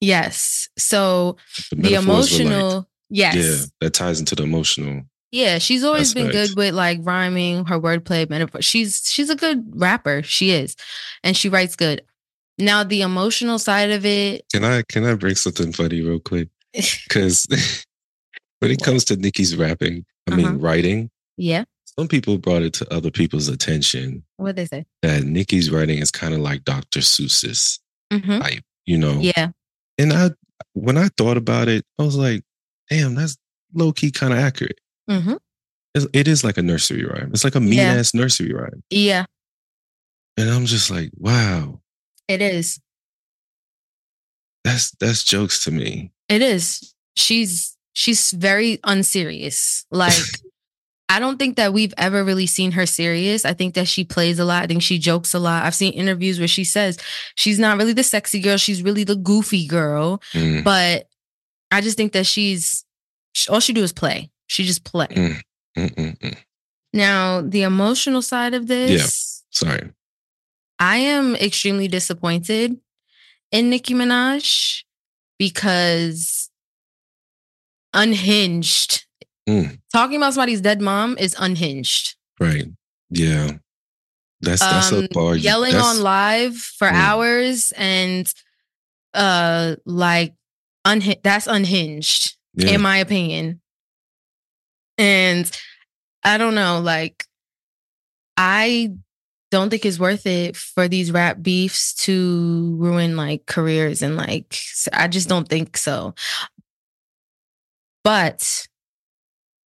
S1: Yes. So
S2: The,
S1: the
S2: metaphors were, like,
S1: emotional. yes.
S2: Yeah, that ties into the emotional.
S1: Yeah, she's always been
S2: Aspect.
S1: good with like rhyming, her wordplay, metaphor. She's she's a good rapper. She is, and she writes good. Now the emotional side of it,
S2: Can I can I bring something funny real quick? Because when it comes to Nikki's rapping, I
S1: Uh-huh.
S2: mean writing,
S1: yeah.
S2: some people brought it to other people's attention
S1: What they say?
S2: that Nikki's writing is kind of like Dr. Seuss's,
S1: hmm
S2: you know.
S1: Yeah,
S2: And I when I thought about it, I was like, damn, that's low key kind of accurate.
S1: hmm
S2: It's, it is like a nursery rhyme. It's like a mean
S1: Yeah.
S2: ass nursery rhyme.
S1: yeah.
S2: And I'm just like, wow,
S1: It is.
S2: that's that's jokes to me.
S1: It is. She's she's very unserious. Like I don't think that we've ever really seen her serious. I think that she plays a lot. I think she jokes a lot. I've seen interviews where she says she's not really the sexy girl. She's really the goofy girl.
S2: Mm,
S1: But I just think that she's sh- all she do is play. She just play.
S2: Mm. mm, mm, mm.
S1: Now the emotional side of this,
S2: Sorry.
S1: I am extremely disappointed in Nicki Minaj because unhinged.
S2: Mm.
S1: Talking about somebody's dead mom is unhinged.
S2: Right. Yeah. That's that's
S1: Um,
S2: a bar. you-
S1: yelling
S2: that's-
S1: on live for
S2: Mm.
S1: hours and uh like unhi- that's unhinged
S2: yeah.
S1: in my opinion. And I don't know, like I don't think it's worth it for these rap beefs to ruin like careers and like s- I just don't think so. But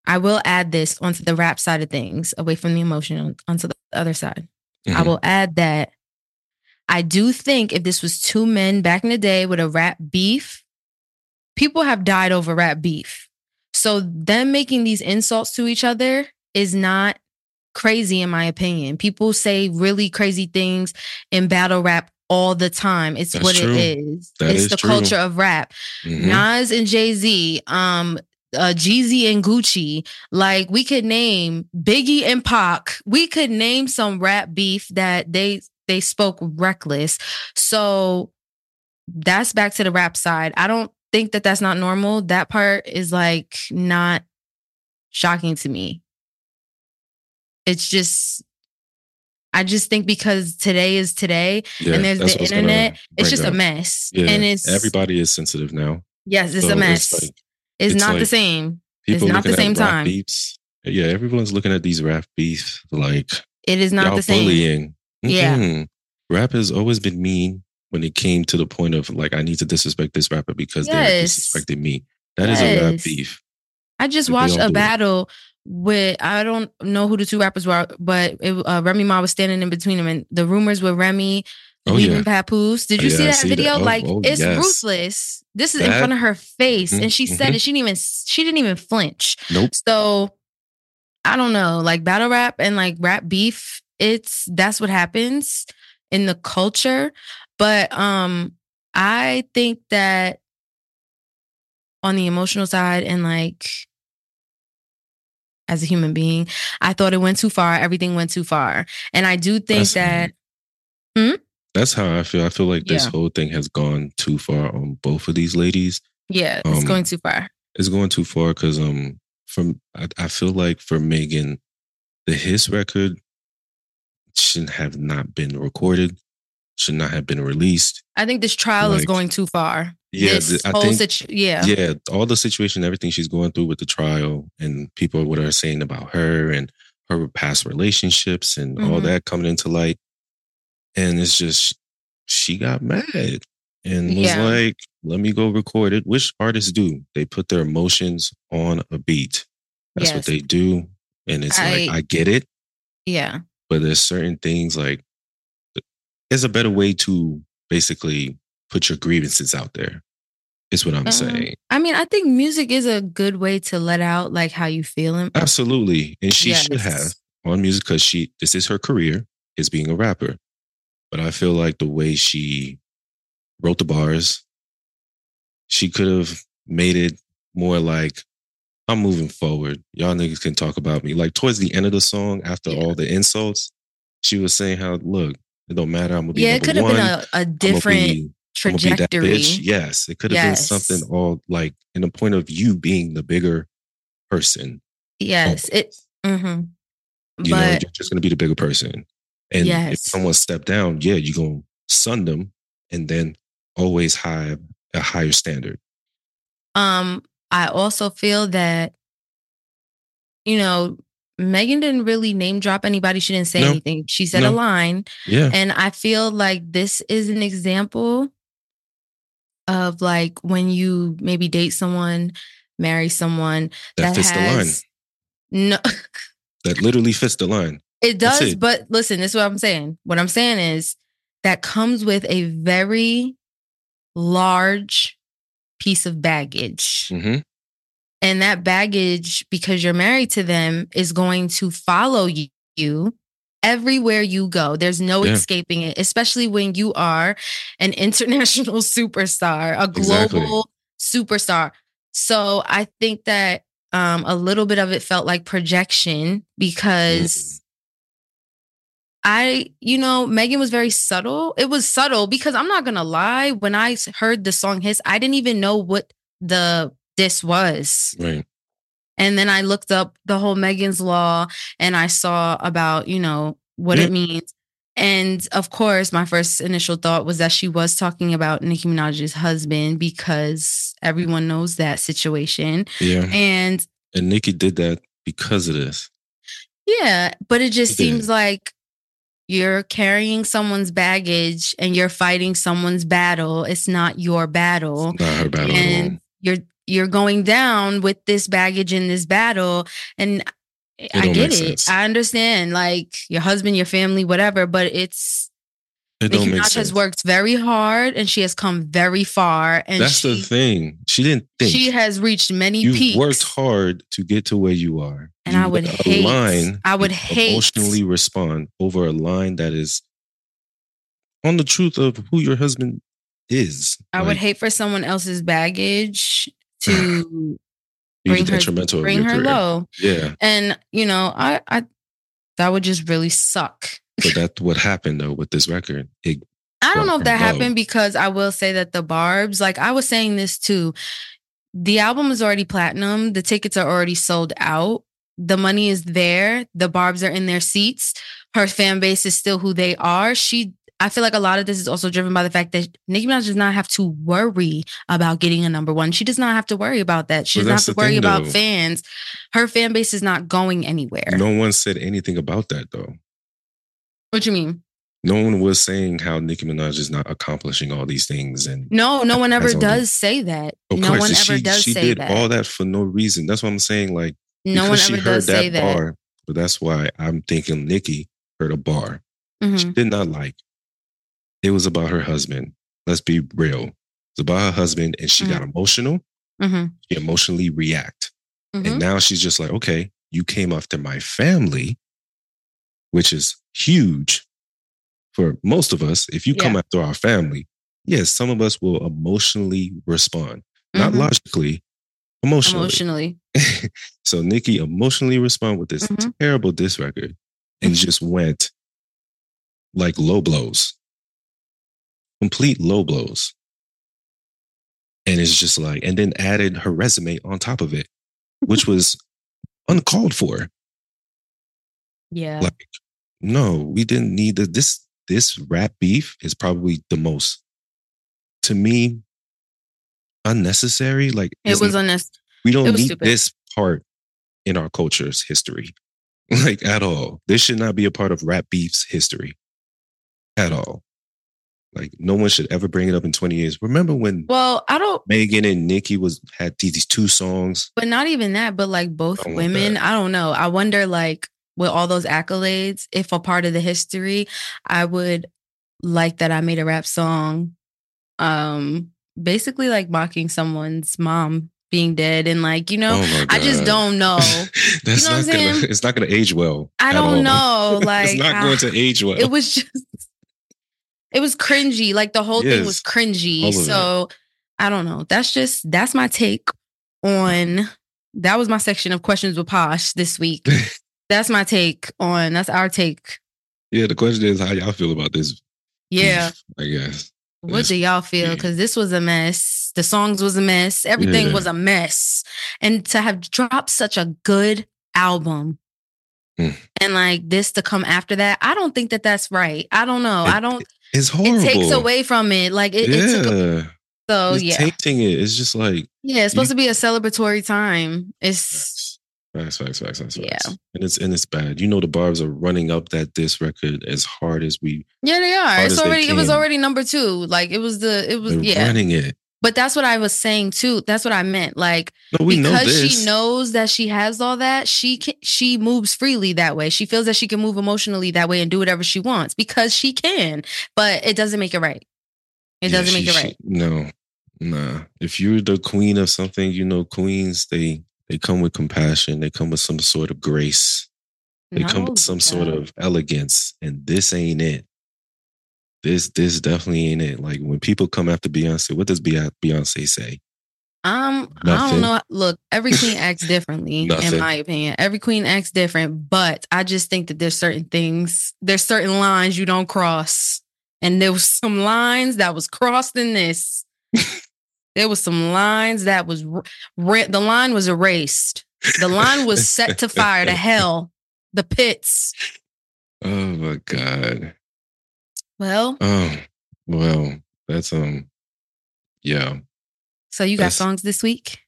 S1: I will add this onto the rap side of things, away from the emotion onto the other side. I
S2: Mhm.
S1: will add that I do think if this was two men back in the day with a rap beef, people have died over rap beef. So them making these insults to each other is not crazy in my opinion. People say really crazy things in battle rap all the time. It's
S2: That's
S1: what
S2: true.
S1: it is.
S2: That
S1: it's
S2: is
S1: the
S2: true.
S1: culture of rap.
S2: Mhm.
S1: Nas and Jay Z, um, uh, Jeezy and Gucci. Like we could name Biggie and Pac. We could name some rap beef that they they spoke reckless. So that's back to the rap side. I don't think that that's not normal. That part is like not shocking to me. It's just. I just think because today is today,
S2: Yeah,
S1: and there's
S2: that's
S1: the
S2: what I was gonna
S1: internet,
S2: bring
S1: it's just a
S2: up.
S1: mess,
S2: Yeah,
S1: and it's
S2: everybody is sensitive now.
S1: Yes, it's
S2: So
S1: a
S2: it's
S1: mess. It's,
S2: like- it's
S1: not the
S2: like
S1: same.
S2: People
S1: not the
S2: looking at
S1: same
S2: rap
S1: time.
S2: Beefs. Yeah, everyone's looking at these rap beefs like
S1: It is not
S2: y'all
S1: the same.
S2: bullying.
S1: Yeah.
S2: Mm-mm. rap has always been mean when it came to the point of like I need to disrespect this rapper because they
S1: Yes.
S2: disrespected me. That is a rap
S1: Yes.
S2: beef.
S1: I just
S2: They
S1: watched
S2: all
S1: a
S2: do.
S1: battle with I don't know who the two rappers were, but it, uh, Remy Ma was standing in between them, and the rumors were Remy
S2: Oh
S1: leaving
S2: yeah,
S1: Papoose. Did you
S2: Yeah,
S1: see
S2: I
S1: that
S2: see that.
S1: video?
S2: Oh,
S1: like
S2: oh,
S1: it's
S2: yes.
S1: ruthless. This is in
S2: That-
S1: front of her face,
S2: Mhm,
S1: and she said it. She didn't even she didn't even flinch.
S2: nope.
S1: So I don't know, like battle rap and like rap beef, it's that's what happens in the culture. But um I think that on the emotional side and like as a human being, I thought it went too far. Everything went too far. And I do think
S2: That's-
S1: that
S2: That's how I feel. I feel like this
S1: Yeah.
S2: whole thing has gone too far on both of these ladies.
S1: yeah, it's
S2: Um,
S1: going too far.
S2: It's going too far because um from I, I feel like for Megan, the his record shouldn't have not been recorded, should not have been released.
S1: I think this trial is
S2: like-
S1: going too far.
S2: yeah,
S1: this
S2: th- I
S1: whole
S2: think-
S1: situ- yeah.
S2: yeah, all the situation, everything she's going through with the trial, and people what are saying about her and her past relationships and all
S1: Mhm.
S2: that coming into light, and it's just she got mad and was
S1: Yeah.
S2: like, "Let me go record it." Which artists do? They put their emotions on a beat. That's
S1: Yes.
S2: what they do, and it's like
S1: I-
S2: I get it,
S1: yeah.
S2: but there's certain things like there's a better way to basically put your grievances out there. Is what I'm
S1: Um,
S2: saying.
S1: I mean, I think music is a good way to let out like how you feeling.
S2: Absolutely. And she should
S1: Yes.
S2: have on music because she this is her career is being a rapper. But I feel like the way she wrote the bars, she could have made it more like I'm moving forward. Y'all niggas can talk about me. Like towards the end of the song, after
S1: Yeah.
S2: all the insults, she was saying how look, it don't matter. I'm gonna be
S1: Yeah, it
S2: number
S1: could have
S2: one.
S1: been a, a
S2: I'm gonna
S1: different
S2: be, I'ma be that
S1: trajectory.
S2: bitch. Yes, it could have
S1: Yes.
S2: been something all like in the point of you being the bigger person.
S1: Yes. It hmm
S2: You know,
S1: but
S2: you're just going to be the bigger person. And if
S1: Yes.
S2: someone step down, yeah, you're going to sun them and then always have a higher standard.
S1: um I also feel that you know, Megan didn't really name drop anybody. She didn't say
S2: No.
S1: anything. She said a
S2: No. Mm.
S1: line.
S2: Yeah.
S1: And I feel like this is an example of like when you maybe date someone, marry someone
S2: That,
S1: that,
S2: fits
S1: has no
S2: the line. That literally fits the line.
S1: it
S2: That's
S1: does,
S2: it.
S1: but listen, this is what I'm saying. What I'm saying is that comes with a very large piece of baggage.
S2: Mm-hmm.
S1: And that baggage, because you're married to them, is going to follow y- you everywhere you go. There's no
S2: Yeah.
S1: escaping it, especially when you are an international superstar, a
S2: Exactly.
S1: global superstar. So I think that um, a little bit of it felt like projection
S2: Mm-hmm.
S1: because. I, you know, Megan was very subtle. It was subtle because I'm not gonna lie. When I s- heard the song "Hiss," I didn't even know what the this was.
S2: Right.
S1: And then I looked up the whole Megan's Law and I saw about, you know, what
S2: Yeah.
S1: it means. And of course, my first initial thought was that she was talking about Nicki Minaj's husband because everyone knows that situation.
S2: Yeah.
S1: And
S2: And Nikki did that because of this.
S1: yeah, but it just
S2: Yeah.
S1: seems like you're carrying someone's baggage and you're fighting someone's battle. It's not your battle.
S2: Not her battle at all.
S1: and you're you're going down with this baggage in this battle and i
S2: don't
S1: get
S2: make
S1: it
S2: sense.
S1: i understand like your husband your family whatever but it's
S2: It
S1: Nicki
S2: don't make
S1: Minaj
S2: sense.
S1: has worked very hard and she has come very far and
S2: That's
S1: she,
S2: the thing. She didn't think.
S1: she has reached many
S2: You've
S1: peaks
S2: worked hard to get to where you are.
S1: and
S2: You
S1: i would
S2: let a
S1: hate
S2: line
S1: i would
S2: you
S1: hate
S2: emotionally respond over a line that is on the truth of who your husband is.
S1: i would
S2: Like,
S1: hate for someone else's baggage to
S2: you'd be
S1: bring her-
S2: detrimental of
S1: bring
S2: your
S1: her
S2: career.
S1: low
S2: Yeah,
S1: and you know i i that would just really suck
S2: but that's what happened though with this record. It,
S1: I don't
S2: Well,
S1: know if that
S2: no.
S1: happened because I will say that the Barb's, like I was saying this too, the album is already platinum, the tickets are already sold out, the money is there, the Barb's are in their seats, her fan base is still who they are. She, I feel like a lot of this is also driven by the fact that Nicki Minaj does not have to worry about getting a number one. She does not have to worry about that. She
S2: But
S1: does not
S2: that's
S1: have to
S2: the
S1: worry
S2: thing,
S1: about
S2: though.
S1: fans. Her fan base is not going anywhere.
S2: no one said anything about that though.
S1: What you mean?
S2: No one was saying how Nicki Minaj is not accomplishing all these things, and
S1: No, no one ever
S2: That's all.
S1: does say that.
S2: of
S1: no
S2: course,
S1: one
S2: and
S1: ever
S2: she
S1: does
S2: she
S1: say
S2: did
S1: that.
S2: all that for no reason. That's what I'm saying. Like
S1: No one
S2: because
S1: ever
S2: she heard
S1: does say that.
S2: bar, but that's why I'm thinking Nikki heard a bar.
S1: Mhm.
S2: she did not like. It was about her husband. Let's be real. It's about her husband, and she
S1: Mm-hmm.
S2: got emotional.
S1: Mhm.
S2: She emotionally react,
S1: Mhm.
S2: and now she's just like, okay, you came after my family, which is huge for most of us. If you come after our family, yes, some of us will emotionally respond, not
S1: Mhm.
S2: logically, emotionally.
S1: emotionally.
S2: so Nikki emotionally responded with this
S1: Mhm.
S2: terrible diss record, and
S1: Mm-hmm.
S2: just went like low blows, complete low blows. And it's just like, and then added her resume on top of it, which
S1: Mm-hmm.
S2: was uncalled for.
S1: Yeah.
S2: Like- No, we didn't need the, this. This rap beef is probably the most, to me, unnecessary. Like
S1: It
S2: it's-
S1: was unnecessary.
S2: we don't
S1: it was
S2: need
S1: stupid.
S2: this part in our culture's history, like at all. This should not be a part of rap beef's history at all. Like no one should ever bring it up in 20 years. Remember when
S1: Well, I don't
S2: Megan and Nikki was had these two songs?
S1: But not even that, but like both
S2: I want
S1: women,
S2: that.
S1: I don't know. I wonder, like, with all those accolades, if a part of the history, I would like that I made a rap song, um, basically like mocking someone's mom being dead, and like, you know,
S2: oh my
S1: I just
S2: God.
S1: don't know.
S2: That's
S1: You know what I'm
S2: not gonna.
S1: saying?
S2: It's not gonna age well.
S1: I
S2: at
S1: don't know.
S2: all.
S1: Like,
S2: it's not
S1: I-
S2: going to age well.
S1: it was just, it was cringy. Like the whole thing was
S2: Yes,
S1: cringy.
S2: all of it.
S1: So I don't know. That's just that's my take on. That was my section of questions with Posh this week. that's my take on. That's our take.
S2: yeah. The question is how y'all feel about this.
S1: Yeah.
S2: beef, I guess.
S1: What do y'all feel? Because this was a mess. The songs was a mess. Everything
S2: Yeah.
S1: was a mess. And to have dropped such a good album.
S2: Mm.
S1: And like this to come after that, I don't think that that's right. I don't know.
S2: It-
S1: I don't
S2: It's horrible.
S1: it takes away from it. Like it, it took a-
S2: yeah.
S1: so
S2: it's
S1: yeah.
S2: tainting it. It's just like
S1: yeah, it's supposed to be a celebratory time. It's
S2: Facts, facts, facts, facts, facts.
S1: Yeah.
S2: facts. And it's and it's bad. You know the barbs are running up that disc record as hard as we
S1: yeah, they are.
S2: hard
S1: It's
S2: as they
S1: already it was
S2: can.
S1: already number two. Like it was the it was
S2: they're
S1: yeah.
S2: running it.
S1: But that's what I was saying too. That's what I meant. Like
S2: No, we know
S1: because
S2: this.
S1: she knows that she has all that, she can, she moves freely that way. She feels that she can move emotionally that way and do whatever she wants because she can. But it doesn't make it right. It
S2: Yeah,
S1: doesn't
S2: she-
S1: make it
S2: she-
S1: right.
S2: no, nah. If you're the queen of something, you know queens they they come with compassion. They come with some sort of grace. They
S1: Not
S2: come
S1: only
S2: with some sort
S1: that-
S2: of elegance. And this ain't it. This this definitely ain't it. Like when people come after Beyonce, what does Beyonce Beyonce say?
S1: Um, I
S2: Nothing.
S1: don't know. Look, every queen acts differently, in
S2: Nothing.
S1: my opinion. Every queen acts different, but I just think that there's certain things, there's certain lines you don't cross. And there was some lines that was crossed in this. there was some lines that was r- ra- the line was erased. The line was set to fire to hell, the pits.
S2: Oh my god.
S1: Well,
S2: Oh, well, that's um, yeah,
S1: so you got
S2: That's-
S1: songs this week?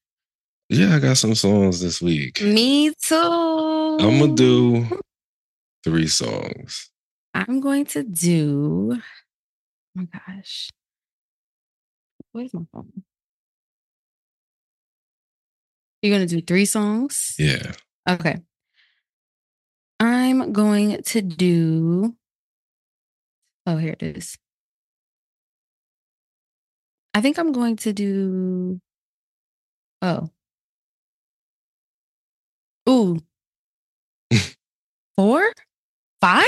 S2: yeah. I got some songs this week.
S1: Me too.
S2: I'm gonna do
S1: Mm-hmm.
S2: three songs.
S1: I'm going to do. Oh my gosh. Where's my phone? You're going to do three songs?
S2: Yeah,
S1: Okay. I'm going to do. Oh, here it is. I think I'm going to do. Oh. Ooh. Four? Five?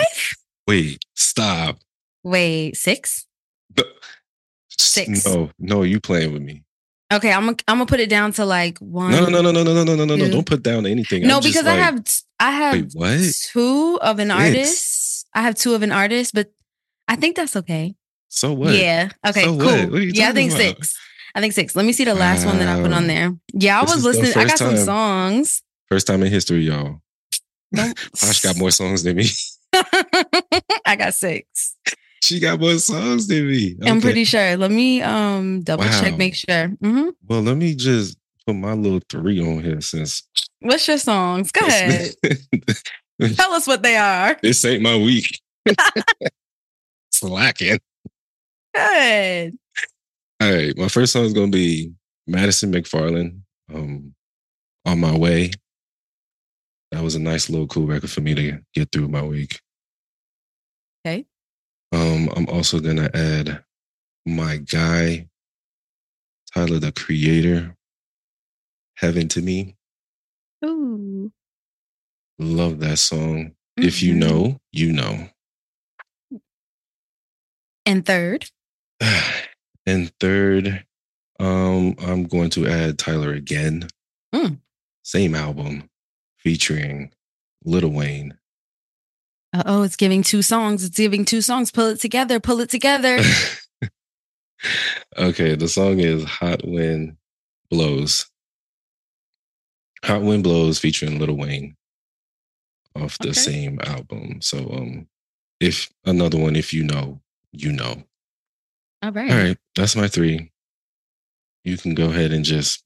S2: wait, stop.
S1: Wait, six?
S2: No.
S1: Six.
S2: No, no, you playing with me?
S1: Okay, I'm gonna I'm gonna put it down to like one.
S2: No, no, no, no, no, no, no, no, no, no.
S1: two.
S2: Don't put down anything.
S1: No,
S2: I'm just
S1: because I
S2: like,
S1: have t- I have
S2: Wait, what?
S1: two of an
S2: Six.
S1: artist. I have two of an artist, but I think that's okay.
S2: So what?
S1: Yeah. Okay.
S2: So
S1: cool.
S2: what? What are you
S1: yeah, I think
S2: talking about?
S1: six. I think six. Let me see the last one that I put on
S2: Wow.
S1: there. Yeah, I
S2: This
S1: was
S2: is the
S1: listening. I got
S2: first
S1: some
S2: time.
S1: songs.
S2: First time in history, y'all.
S1: Don't-
S2: Posh got more songs than me.
S1: I got six.
S2: she got more songs than me.
S1: I'm
S2: Okay.
S1: pretty sure. Let me um double check,
S2: Wow.
S1: make sure. hmm
S2: Well, let me just put my little three on here since.
S1: What's your songs? Go ahead. Tell us what they are.
S2: this ain't my week. Slacking.
S1: Good.
S2: All right, my first song is gonna be Madison McFarland. Um, on my way. That was a nice little cool record for me to get through my week.
S1: Okay.
S2: Um, I'm also gonna add my guy, Tyler the Creator, Heaven to Me.
S1: Ooh.
S2: Love that song. If you
S1: Mhm.
S2: know, you know.
S1: And third.
S2: And third, um, I'm going to add Tyler again.
S1: Mm.
S2: Same album featuring Lil Wayne.
S1: Uh oh, it's giving two songs. It's giving two songs. Pull it together. Pull it together.
S2: okay, the song is Hot Wind Blows. Hot Wind Blows featuring Lil Wayne off the
S1: Okay.
S2: same album. So um if another one, if you know, you know.
S1: All right.
S2: All right, that's my three. you can go ahead and just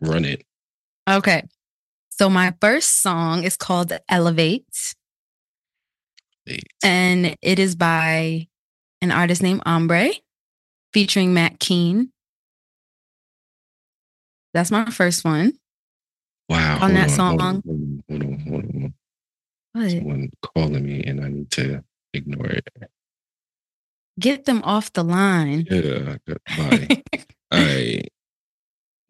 S2: run it.
S1: Okay. So my first song is called Elevate.
S2: Wait.
S1: and it is by an artist named Ombre featuring Matt Keen. That's my first one.
S2: Wow.
S1: On that
S2: hold
S1: song.
S2: on, Hold on, hold on, hold on.
S1: What?
S2: Someone calling me and I need to ignore it.
S1: Get them off the line.
S2: Yeah. Bye. All right.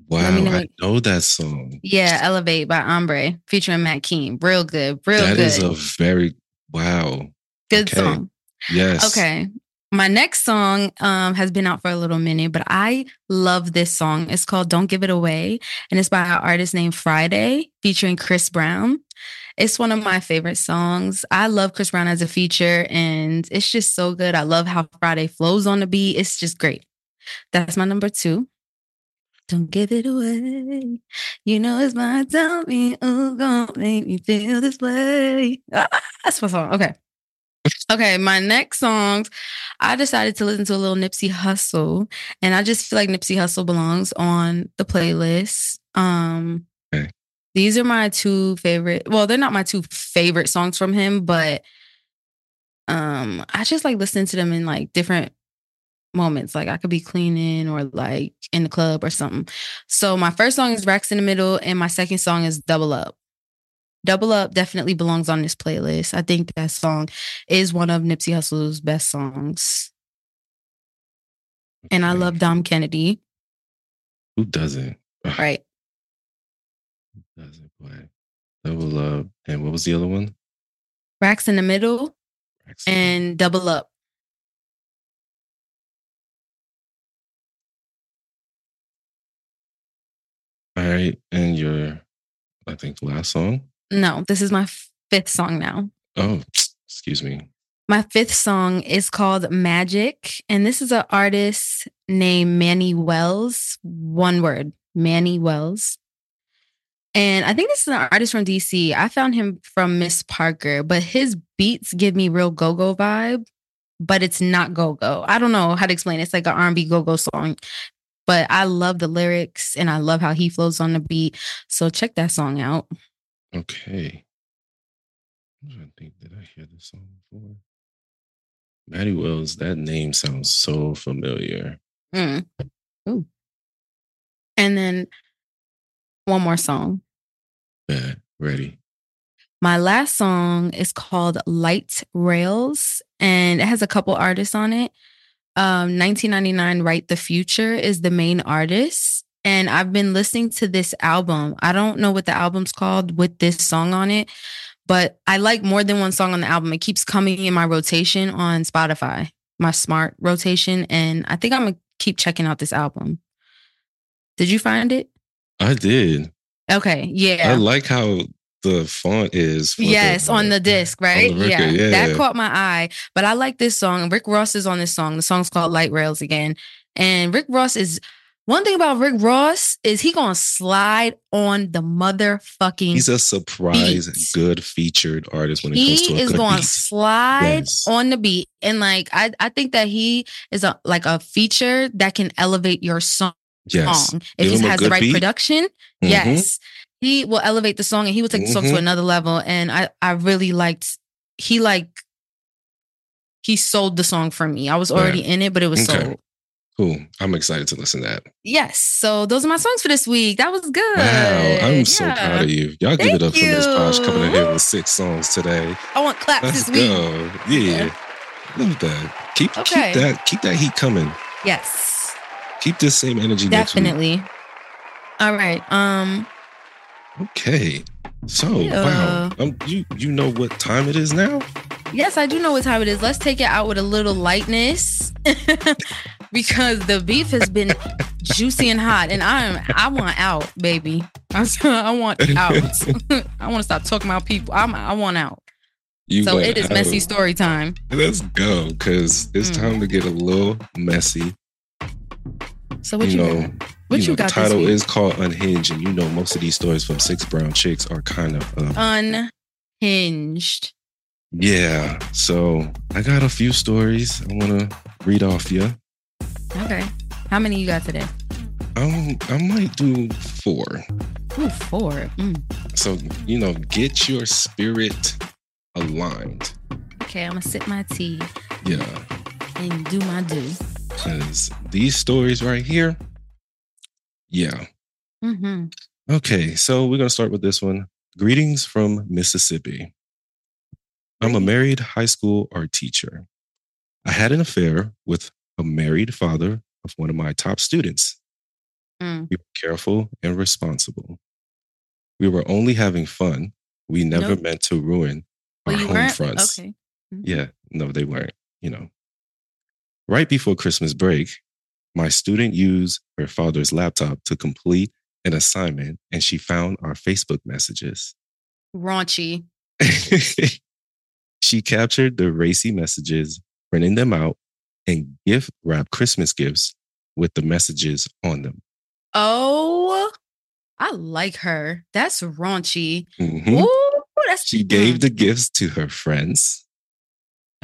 S2: Wow.
S1: Let me know
S2: I
S1: when-
S2: know that song.
S1: yeah, Elevate by Ombre featuring Matt Keen. Real good. Real
S2: That
S1: good.
S2: is a very wow.
S1: good
S2: okay.
S1: song.
S2: Yes.
S1: Okay. My next song um, has been out for a little minute, but I love this song. It's called Don't Give It Away, and it's by an artist named Friday featuring Chris Brown. It's one of my favorite songs. I love Chris Brown as a feature, and it's just so good. I love how Friday flows on the beat. It's just great. That's my number two. Don't give it away. You know it's my time. Ooh, gonna make me feel this way. Ah, that's my song. Okay. Okay, my next songs, I decided to listen to a little Nipsey Hustle, and I just feel like Nipsey Hustle belongs on the playlist. Um,
S2: Okay.
S1: these are my two favorite. Well, they're not my two favorite songs from him, but um, I just like listening to them in like different moments. Like I could be cleaning or like in the club or something. So my first song is Racks in the Middle, and my second song is Double Up. Double Up definitely belongs on this playlist. I think that song is one of Nipsey Hussle's best songs. And I
S2: Okay.
S1: love Dom Kennedy.
S2: Who doesn't? Ugh,
S1: Right.
S2: who doesn't play? Double Love. And what was the other one?
S1: Racks in the Middle
S2: Excellent.
S1: and Double Up.
S2: All right. And your, I think, last song.
S1: No, this is my fifth song now.
S2: Oh, excuse me.
S1: My fifth song is called Magic. And this is an artist named Manny Wells. One word, Manny Wells. And I think this is an artist from DC. I found him from Miss Parker, but his beats give me real go go vibe, but it's not go go. I don't know how to explain it. It's like an R&B go go song. But I love the lyrics and I love how he flows on the beat. So check that song out.
S2: Okay. I'm trying to think. Did I hear this song before? Maddie Wells. That name sounds so familiar.
S1: Mm. Ooh. And then one more song.
S2: Yeah. Ready.
S1: My last song is called Light Rails, and it has a couple artists on it. Um, 1999 Write the Future is the main artist. And I've been listening to this album. I don't know what the album's called with this song on it, but I like more than one song on the album. It keeps coming in my rotation on Spotify, my smart rotation. And I think I'm going to keep checking out this album. Did you find it?
S2: I did.
S1: Okay. Yeah.
S2: I like how the font is. for
S1: Yes, on the disc, right?
S2: record,
S1: yeah.
S2: yeah.
S1: That caught my eye. But I like this song. Rick Ross is on this song. The song's called Light Rails again. And Rick Ross is one thing about Rick Ross is he gonna slide on the motherfucking
S2: He's a surprise
S1: Beats.
S2: good featured artist when it comes to
S1: he
S2: a
S1: is
S2: good
S1: going to
S2: beat.
S1: slide
S2: Yes.
S1: on the beat and like I, I think that he is a like a feature that can elevate your song
S2: yes.
S1: if
S2: Give
S1: he
S2: him a
S1: has the
S2: good
S1: right
S2: beat.
S1: production
S2: Mhm.
S1: Yes. He will elevate the song and he will take the song to
S2: Mhm.
S1: another level. And I, I really liked, he like, he sold the song for me. I was
S2: Right.
S1: already in it, but it was
S2: Okay.
S1: sold.
S2: Cool. I'm excited to listen to that.
S1: Yes. So those are my songs for this week. That was good.
S2: Wow, I'm so
S1: Yeah.
S2: proud of you. Y'all give
S1: Thank
S2: it up for Miss Posh coming in
S1: you.
S2: here with six songs today.
S1: I want claps
S2: Let's
S1: this week.
S2: go. Yeah. Love that. Keep,
S1: Okay.
S2: keep that keep that heat coming.
S1: Yes.
S2: Keep this same energy next
S1: Definitely. All right. Um,
S2: week. Okay. So
S1: Yeah.
S2: wow. Um you you know what time it is now?
S1: yes, I do know what time it is. Let's take it out with a little lightness because the beef has been juicy and hot, and I'm I want out, baby. I'm so- I want out. I want to stop talking about people. I'm I want out.
S2: You
S1: So
S2: went
S1: it is
S2: out.
S1: messy story time.
S2: Let's go, cause it's
S1: Mm.
S2: time to get a little messy.
S1: So what you,
S2: you know,
S1: got? What you
S2: know,
S1: got
S2: The
S1: this
S2: title
S1: week?
S2: is called Unhinged, and you know most of these stories from Six Brown Chicks are kind of um,
S1: Uh. unhinged.
S2: Yeah. So I got a few stories I want to read off you.
S1: Okay, how many you got today?
S2: I'm, Um, I might do four.
S1: Ooh, four. Mm.
S2: So, you know, get your spirit aligned.
S1: Okay, I'm gonna sip my tea
S2: Yeah.
S1: and do my do.
S2: Because these stories right here, yeah.
S1: Mm-hmm.
S2: Okay, so we're going to start with this one. Greetings from Mississippi. I'm a married high school art teacher. I had an affair with a married father of one of my top students.
S1: Mm.
S2: We were careful and responsible. We were only having fun. We never
S1: Nope.
S2: meant to ruin our
S1: Well, you
S2: home
S1: weren't
S2: fronts.
S1: okay.
S2: Yeah, no, they weren't, you know. Right before Christmas break, my student used her father's laptop to complete an assignment and she found our Facebook messages.
S1: Raunchy.
S2: she captured the racy messages, printed them out, and gift wrapped Christmas gifts with the messages on them.
S1: Oh, I like her. That's raunchy.
S2: Mhm.
S1: Ooh, that's
S2: She gave the gifts to her friends.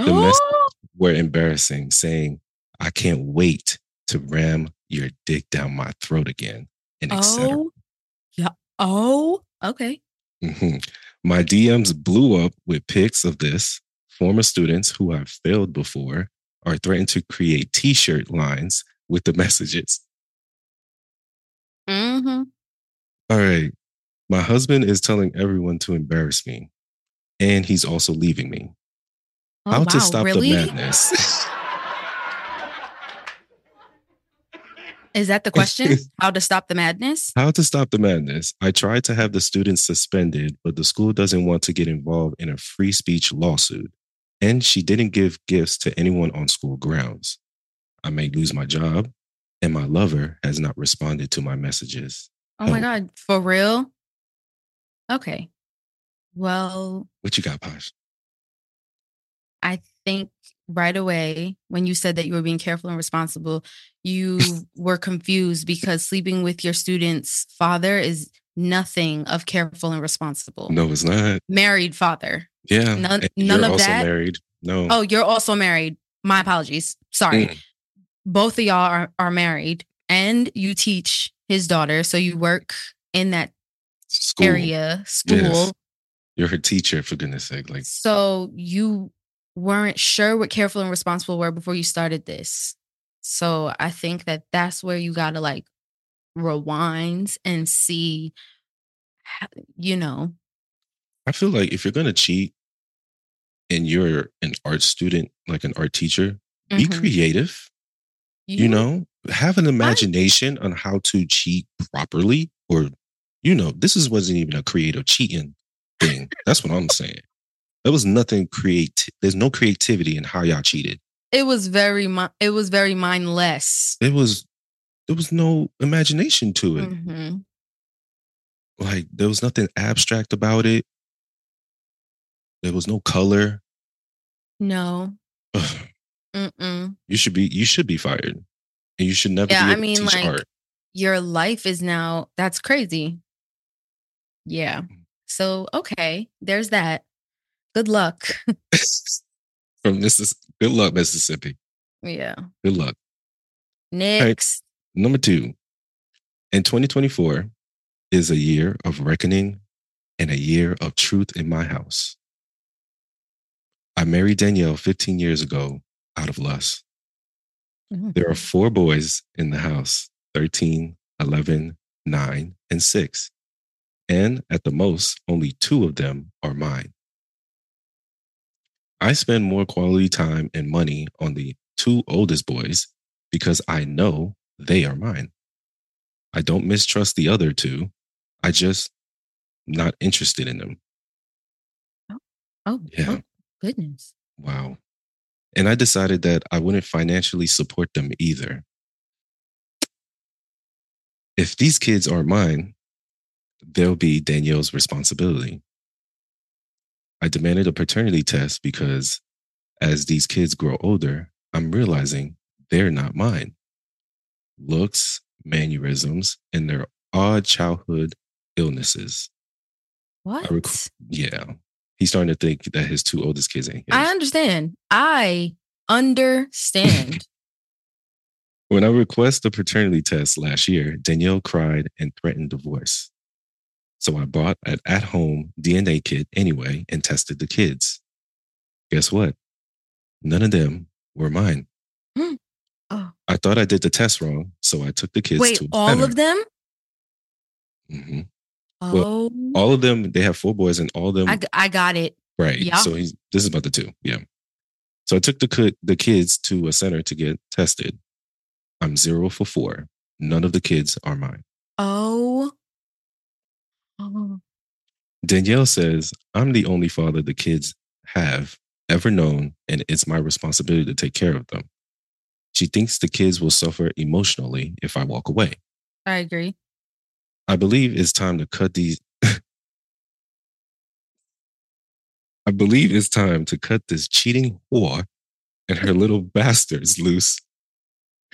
S1: Mm.
S2: the mess-
S1: Ooh,
S2: were embarrassing, saying, I can't wait to ram your dick down my throat again, and etc.
S1: Oh, yeah. Oh, okay.
S2: Mhm. My DMs blew up with pics of this. Former students who I've failed before are threatened to create t shirt lines with the messages.
S1: Mm-hmm.
S2: All right. My husband is telling everyone to embarrass me, and he's also leaving me.
S1: Oh,
S2: How to
S1: wow,
S2: stop
S1: really?
S2: the madness?
S1: Is that the question? How to stop the madness?
S2: How to stop the madness. I tried to have the students suspended, but the school doesn't want to get involved in a free speech lawsuit. And she didn't give gifts to anyone on school grounds. I may lose my job, and my lover has not responded to my messages,
S1: Oh my
S2: Oh.
S1: god, for real? Okay. Well,
S2: What you got, Posh?
S1: I think right away when you said that you were being careful and responsible, you were confused because sleeping with your student's father is nothing of careful and responsible.
S2: No, it's not.
S1: Married father.
S2: Yeah.
S1: None-
S2: and
S1: none
S2: you're
S1: of
S2: also
S1: that?
S2: married. No.
S1: Oh, you're also married. My apologies. Sorry.
S2: Mm.
S1: Both of y'all are, are married and you teach his daughter. So you work in that
S2: school.
S1: area, school.
S2: You're her teacher, for goodness sake. Like,
S1: So you weren't sure what careful and responsible were before you started this. So I think that that's where you got to like rewind and see, how- you know,
S2: I feel like if you're going to cheat and you're an art student, like an art teacher, be
S1: mhm.
S2: creative.
S1: Mm-hmm.
S2: you know have an imagination on how to cheat properly or you know this is wasn't even a creative cheating thing that's what i'm saying there was nothing create there's no creativity in how y'all cheated
S1: it was very, mi- it was very mindless.
S2: it was there was no imagination to it
S1: Mhm.
S2: like there was nothing abstract about it there was no color
S1: No.
S2: Ugh,
S1: Mm-mm.
S2: you should be you should be fired and you should never
S1: Yeah,
S2: be
S1: I
S2: able
S1: mean,
S2: to teach
S1: like-
S2: art
S1: your life is now that's crazy. Yeah.
S2: Mm.
S1: So okay, there's that. Good luck.
S2: from Missis. good luck mississippi
S1: yeah.
S2: good luck
S1: Next.
S2: Number two, and 2024 is a year of reckoning and a year of truth in my house. I married Danielle 15 years ago out of lust.
S1: Mhm.
S2: There are four boys in the house 13, 11, 9, and 6. And at the most, only two of them are mine. I spend more quality time and money on the two oldest boys because I know they are mine. I don't mistrust the other two. I just not interested in them.
S1: Oh,
S2: Yeah.
S1: oh, goodness.
S2: Wow. And I decided that I wouldn't financially support them either. If these kids are mine, they'll be Danielle's responsibility. I demanded a paternity test because as these kids grow older, I'm realizing they're not mine. Looks, mannerisms, and their odd childhood illnesses.
S1: What?
S2: rec- Yeah. He's starting to think that his two oldest kids ain't his.
S1: I understand. I understand.
S2: When I requested a paternity test last year, Danielle cried and threatened divorce. So I bought an at home DNA kit anyway and tested the kids. Guess what? None of them were mine.
S1: Oh,
S2: I thought I did the test wrong, so I took the kids
S1: wait,
S2: to a
S1: all of them?
S2: hmm
S1: Oh,
S2: All of them, they have four boys, and all of them
S1: I, g- I got it.
S2: Right.
S1: Yeah.
S2: So he's this is about the two. Yeah. So I took the ki- the kids to a center to get tested. I'm zero for four. None of the kids are mine.
S1: Oh. Oh.
S2: Danielle says I'm the only father the kids have ever known, and it's my responsibility to take care of them. She thinks the kids will suffer emotionally if I walk away.
S1: I agree.
S2: I believe it's time to cut these. I believe it's time to cut this cheating whore and her little bastards loose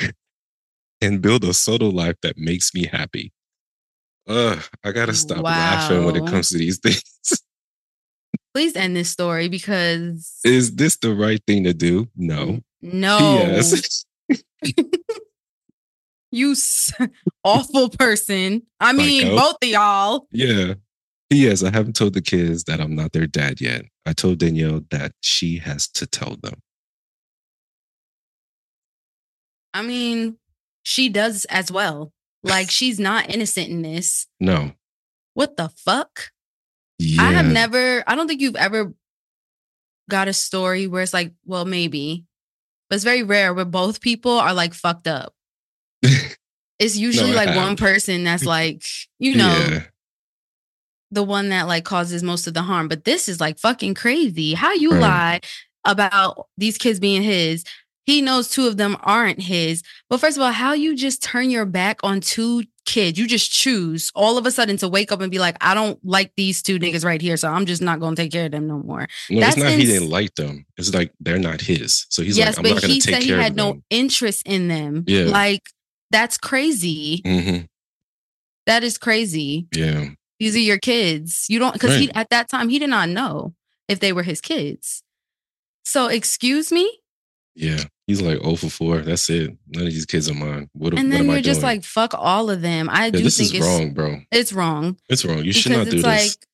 S2: and build a solo life that makes me happy. Ugh, I gotta stop laughing when it
S1: Wow.
S2: comes to these things.
S1: Please end this story because
S2: Is this the right thing to do? No.
S1: no,
S2: Yes.
S1: you s- awful person. I mean,
S2: Psycho.
S1: both of y'all.
S2: Yeah. Yes, I haven't told the kids that I'm not their dad yet. I told Danielle that she has to tell them.
S1: I mean, she does as well. Like she's not innocent in this.
S2: No.
S1: What the fuck?
S2: Yeah.
S1: I have never. I don't think you've ever got a story where it's like, well, maybe, but it's very rare where both people are like fucked up. It's usually
S2: I
S1: like
S2: have.
S1: one person that's like, you know,
S2: Yeah.
S1: the one that like causes most of the harm. But this is like fucking crazy. How you
S2: Right.
S1: lie about these kids being his? He knows two of them aren't his. But first of all, how you just turn your back on two kids? You just choose all of a sudden to wake up and be like, I don't like these two niggas right here, so I'm just not going to take care of them no more.
S2: No,
S1: That's
S2: it's not he
S1: ins-
S2: didn't like them. It's like they're not his. So he's
S1: yes,
S2: like, I'm
S1: but
S2: not going
S1: he
S2: to take
S1: said he
S2: care
S1: had
S2: of
S1: no
S2: them.
S1: interest in them.
S2: Yeah.
S1: Like that's crazy.
S2: Mhm.
S1: That is crazy.
S2: Yeah.
S1: These are your kids. You don't because he
S2: Right.
S1: at that time he did not know if they were his kids. So excuse me,
S2: Yeah. He's like, oh for 4. That's it. None of these kids are mine. What,
S1: and
S2: what
S1: then
S2: am I
S1: you're just
S2: doing?
S1: like fuck all of them. I
S2: yeah,
S1: do
S2: this
S1: think
S2: is
S1: it's
S2: wrong, bro.
S1: it's wrong
S2: It's wrong. You should
S1: because
S2: not do
S1: it's
S2: this.
S1: like,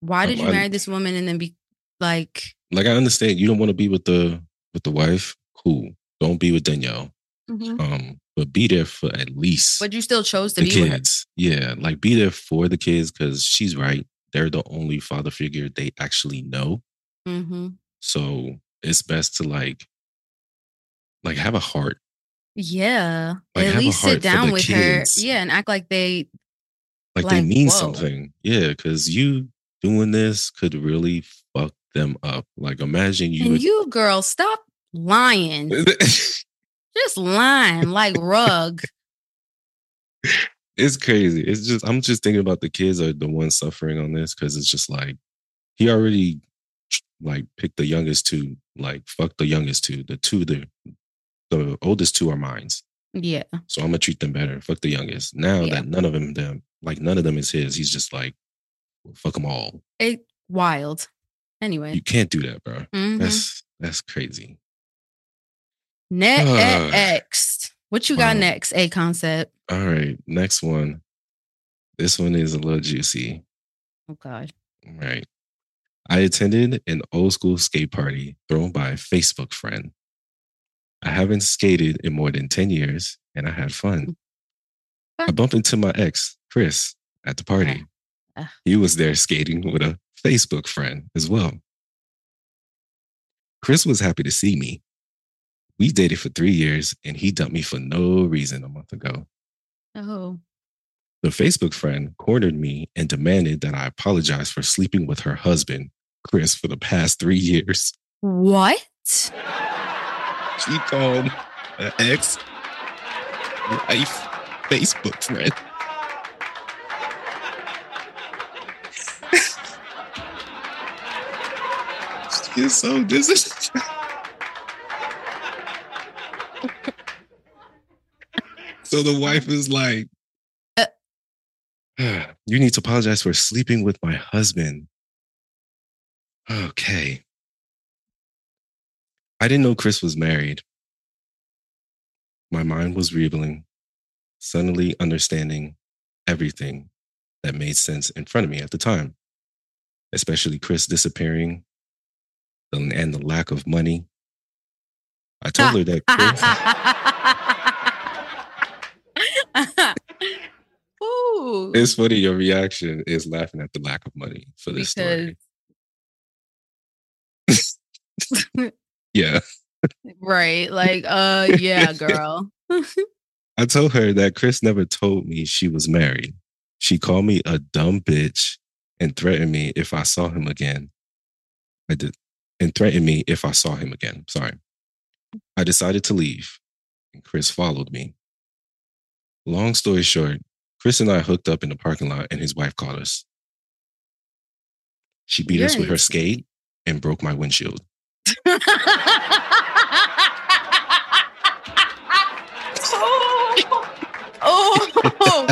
S1: why
S2: Um,
S1: did you
S2: I-
S1: marry this woman and then be like,
S2: Like, I understand you don't want to be with the with the wife. Cool. Don't be with Danielle.
S1: Mm-hmm.
S2: Um, but be there for at least
S1: but you still chose to
S2: the
S1: be with her.
S2: kids. Yeah. Like be there for the kids because she's right. They're the only father figure they actually know.
S1: hmm
S2: So it's best to like, like have a heart.
S1: Yeah,
S2: Like, have
S1: at
S2: a
S1: least
S2: heart
S1: sit
S2: for
S1: down
S2: the
S1: with
S2: kids.
S1: her. Yeah, and act like they
S2: Like, they
S1: Like,
S2: mean
S1: whoa.
S2: something. Yeah, because you doing this could really fuck them up. Like imagine you.
S1: and you girl stop lying, just lying like rug.
S2: it's crazy. It's just I'm just thinking about the kids are the ones suffering on this because it's just like he already like picked the youngest two. Like fuck the youngest two. The two the the oldest two are mines.
S1: Yeah,
S2: So I'm gonna treat them better. Fuck the youngest. Now
S1: Yeah.
S2: that none of them, them like none of them is his. He's just like, well, fuck them all.
S1: it wild. Anyway,
S2: You can't do that, bro.
S1: mhm.
S2: That's that's crazy. Ah.
S1: Next. What you got
S2: Wow.
S1: next? A concept.
S2: All right, next one. This one is a little juicy.
S1: Oh God.
S2: All Right. I attended an old school skate party thrown by a Facebook friend. I haven't skated in more than 10 years and I had fun. I
S1: Mm. Fun.
S2: bumped into my ex, Chris, at the party.
S1: Ugh.
S2: He was there skating with a Facebook friend as well. Chris was happy to see me. We dated for three years and he dumped me for no reason a month ago.
S1: Oh.
S2: The Facebook friend cornered me and demanded that I apologize for sleeping with her husband, Chris, for the past three years.
S1: What?
S2: She called an ex wife Facebook friend. she is so disrespectful. so the wife is like,
S1: Uh.
S2: You need to apologize for sleeping with my husband. Okay. I didn't know Chris was married. My mind was reeling, suddenly understanding everything that made sense in front of me at the time, especially Chris disappearing and the lack of money. I told her that Chris,
S1: Ooh,
S2: it's funny, your reaction is laughing at the lack of money for this story. Yeah.
S1: right, like, uh, yeah, girl.
S2: I told her that Chris never told me she was married. She called me a dumb bitch and threatened me if I saw him again. I did and threatened me if I saw him again. Sorry. I decided to leave and Chris followed me. Long story short, Chris and I hooked up in the parking lot and his wife caught us. She beat us
S1: You're
S2: with her
S1: insane.
S2: skate and broke my windshield.
S1: oh, oh,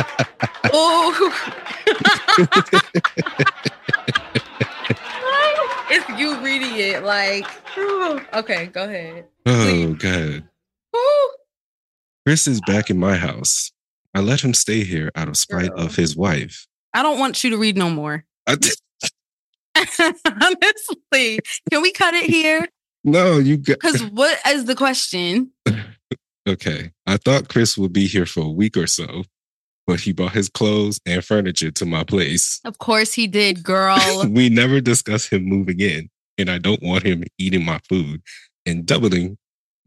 S1: oh. it's you reading it like, ooh. okay, go ahead.
S2: Oh, God.
S1: Ooh.
S2: Chris is back in my house. I let him stay here out of spite
S1: Girl.
S2: of his wife.
S1: I don't want you to read no more.
S2: I
S1: Honestly, can we cut it here?
S2: no, you got
S1: Because what is the question?
S2: okay. I thought Chris would be here for a week or so, but he brought his clothes and furniture to my place.
S1: Of course he did, girl.
S2: we never discuss him moving in, and I don't want him eating my food and doubling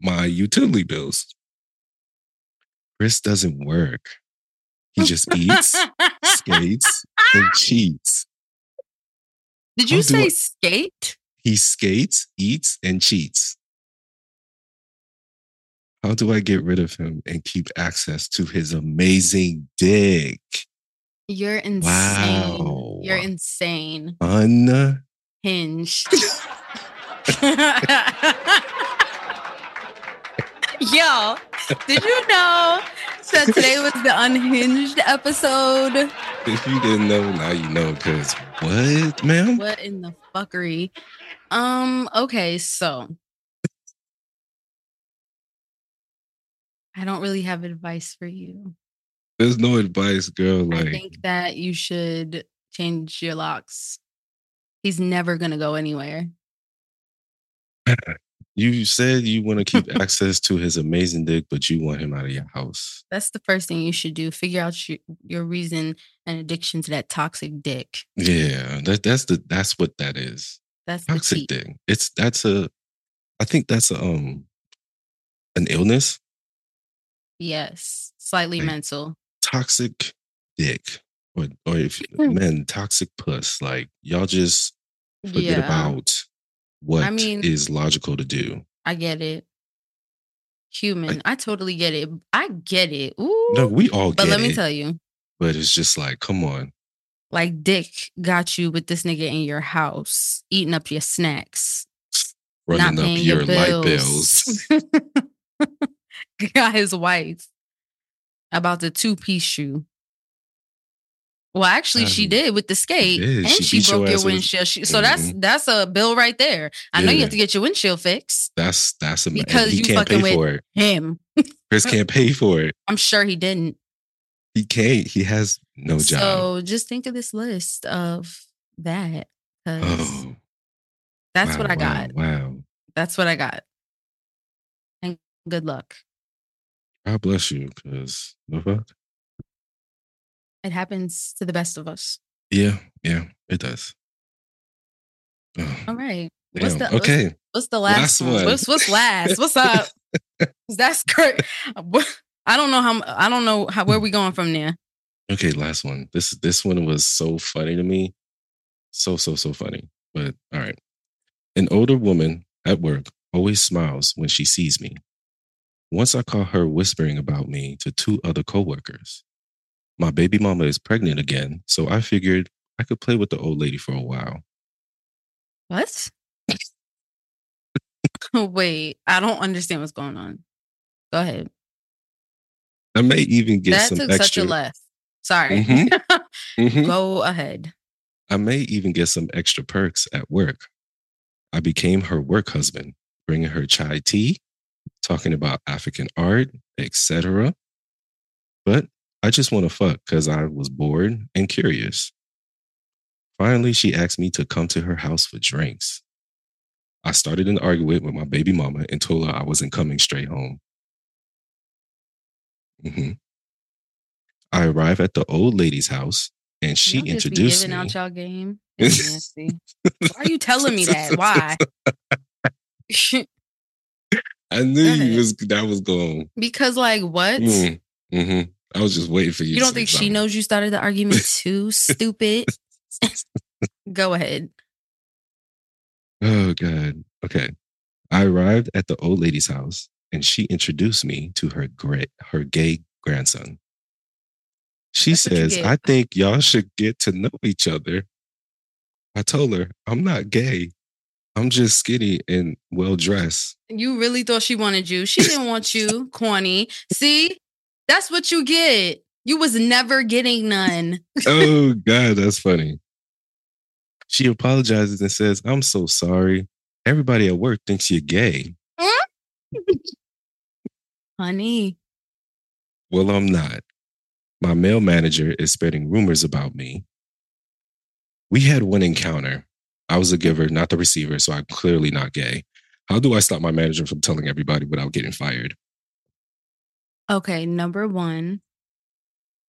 S2: my utility bills. Chris doesn't work. He just eats, skates, and cheats.
S1: Did you
S2: How do
S1: say
S2: I-
S1: skate?
S2: He skates, eats, and cheats. How do I get rid of him and keep access to his amazing dick?
S1: You're insane.
S2: Wow.
S1: You're insane.
S2: Un
S1: Hinged. Yo, did you know that today was the unhinged episode?
S2: if you didn't know, now you know. Cause what, ma'am?
S1: What in the fuckery? Um, okay, so I don't really have advice for you.
S2: There's no advice, girl.
S1: I
S2: Like
S1: think that you should change your locks. He's never gonna go anywhere.
S2: You said you want to keep access to his amazing dick, but you want him out of your house.
S1: That's the first thing you should do. Figure out your, your reason and addiction to that toxic dick.
S2: Yeah, that that's the that's what that is.
S1: That's the
S2: Toxic
S1: key.
S2: dick. It's that's a I think that's a um an illness.
S1: Yes, slightly
S2: Like-
S1: mental.
S2: Toxic dick. Or or if
S1: Hmm.
S2: men, toxic puss. Like y'all just forget
S1: Yeah,
S2: about what is
S1: mean-
S2: logical to do.
S1: I get it. Human, I totally get it. I get it. Ooh,
S2: No, we all
S1: but
S2: get
S1: let me
S2: it,
S1: tell you,
S2: but it's just like, come on.
S1: like Dick got you with this nigga in your house, eating up your snacks,
S2: Running
S1: not
S2: up
S1: paying
S2: your,
S1: your
S2: light
S1: bills.
S2: bills.
S1: got his wife about the two piece shoe. Well, actually, she
S2: Um,
S1: did with the skate,
S2: did.
S1: and
S2: She
S1: she,
S2: beat your
S1: broke your
S2: ass with-
S1: windshield. She- so that's
S2: Mhm.
S1: that's a bill right there. I know you
S2: Yeah.
S1: have to get your windshield fixed.
S2: That's that's a man.
S1: Because
S2: He
S1: you
S2: can't pay
S1: fucking with-
S2: for it.
S1: Him,
S2: Chris can't pay for it.
S1: I'm sure he didn't.
S2: He can't. He has no job.
S1: So just think of this list of that. 'cause
S2: oh,
S1: that's what
S2: wow,
S1: I got.
S2: Wow, wow.
S1: That's what I got. And good luck.
S2: God bless you, because the fuck.
S1: It happens to the best of us.
S2: Yeah, yeah, it does. Oh,
S1: All right. what's
S2: damn.
S1: the- what's-
S2: okay,
S1: What's the last,
S2: Last
S1: one?
S2: one.
S1: What's what's last? What's up? 'Cause That's great. What- I don't know how. I don't know how. Where we going from there?
S2: okay. Last one. This this one was so funny to me, so so so funny. But all right, an older woman at work always smiles when she sees me. Once I caught her whispering about me to two other coworkers. My baby mama is pregnant again, so I figured I could play with the old lady for a while.
S1: What? Wait, I don't understand what's going on. Go ahead.
S2: I may even get
S1: that
S2: some
S1: took such
S2: extra.
S1: a left. Sorry.
S2: Mhm. Mhm.
S1: Go ahead.
S2: I may even get some extra perks at work. I became her work husband, bringing her chai tea, talking about African art, etc. But I just want to fuck because I was bored and curious. Finally, she asked me to come to her house for drinks. I started an argument with my baby mama and told her I wasn't coming straight home. hmm I arrive at the old lady's house and she
S1: Y'all just be
S2: introduced
S1: giving
S2: me.
S1: out y'all game. That's nasty. Why are you telling me that? Why?
S2: I knew you
S1: ahead.
S2: was that was going.
S1: because like what?
S2: Mm, hmm I was just waiting for you.
S1: You
S2: to
S1: don't
S2: say
S1: think she
S2: something.
S1: knows you started the argument too? Stupid. Go ahead.
S2: Oh god. Okay. I arrived at the old lady's house and she introduced me to her great her gay grandson. She
S1: That's what you
S2: says,
S1: get.
S2: I think y'all should get to know each other. I told her, I'm not gay. I'm just skinny and well dressed.
S1: You really thought she wanted you. She didn't want you. Corny. See? That's what you get. You was never getting none.
S2: oh god, that's funny. She apologizes and says, "I'm so sorry. Everybody at work thinks you're gay.
S1: Honey.
S2: Well, I'm not. My male manager is spreading rumors about me. We had one encounter. I was a giver, not the receiver, so I'm clearly not gay. How do I stop my manager from telling everybody without getting fired?
S1: Okay, number one,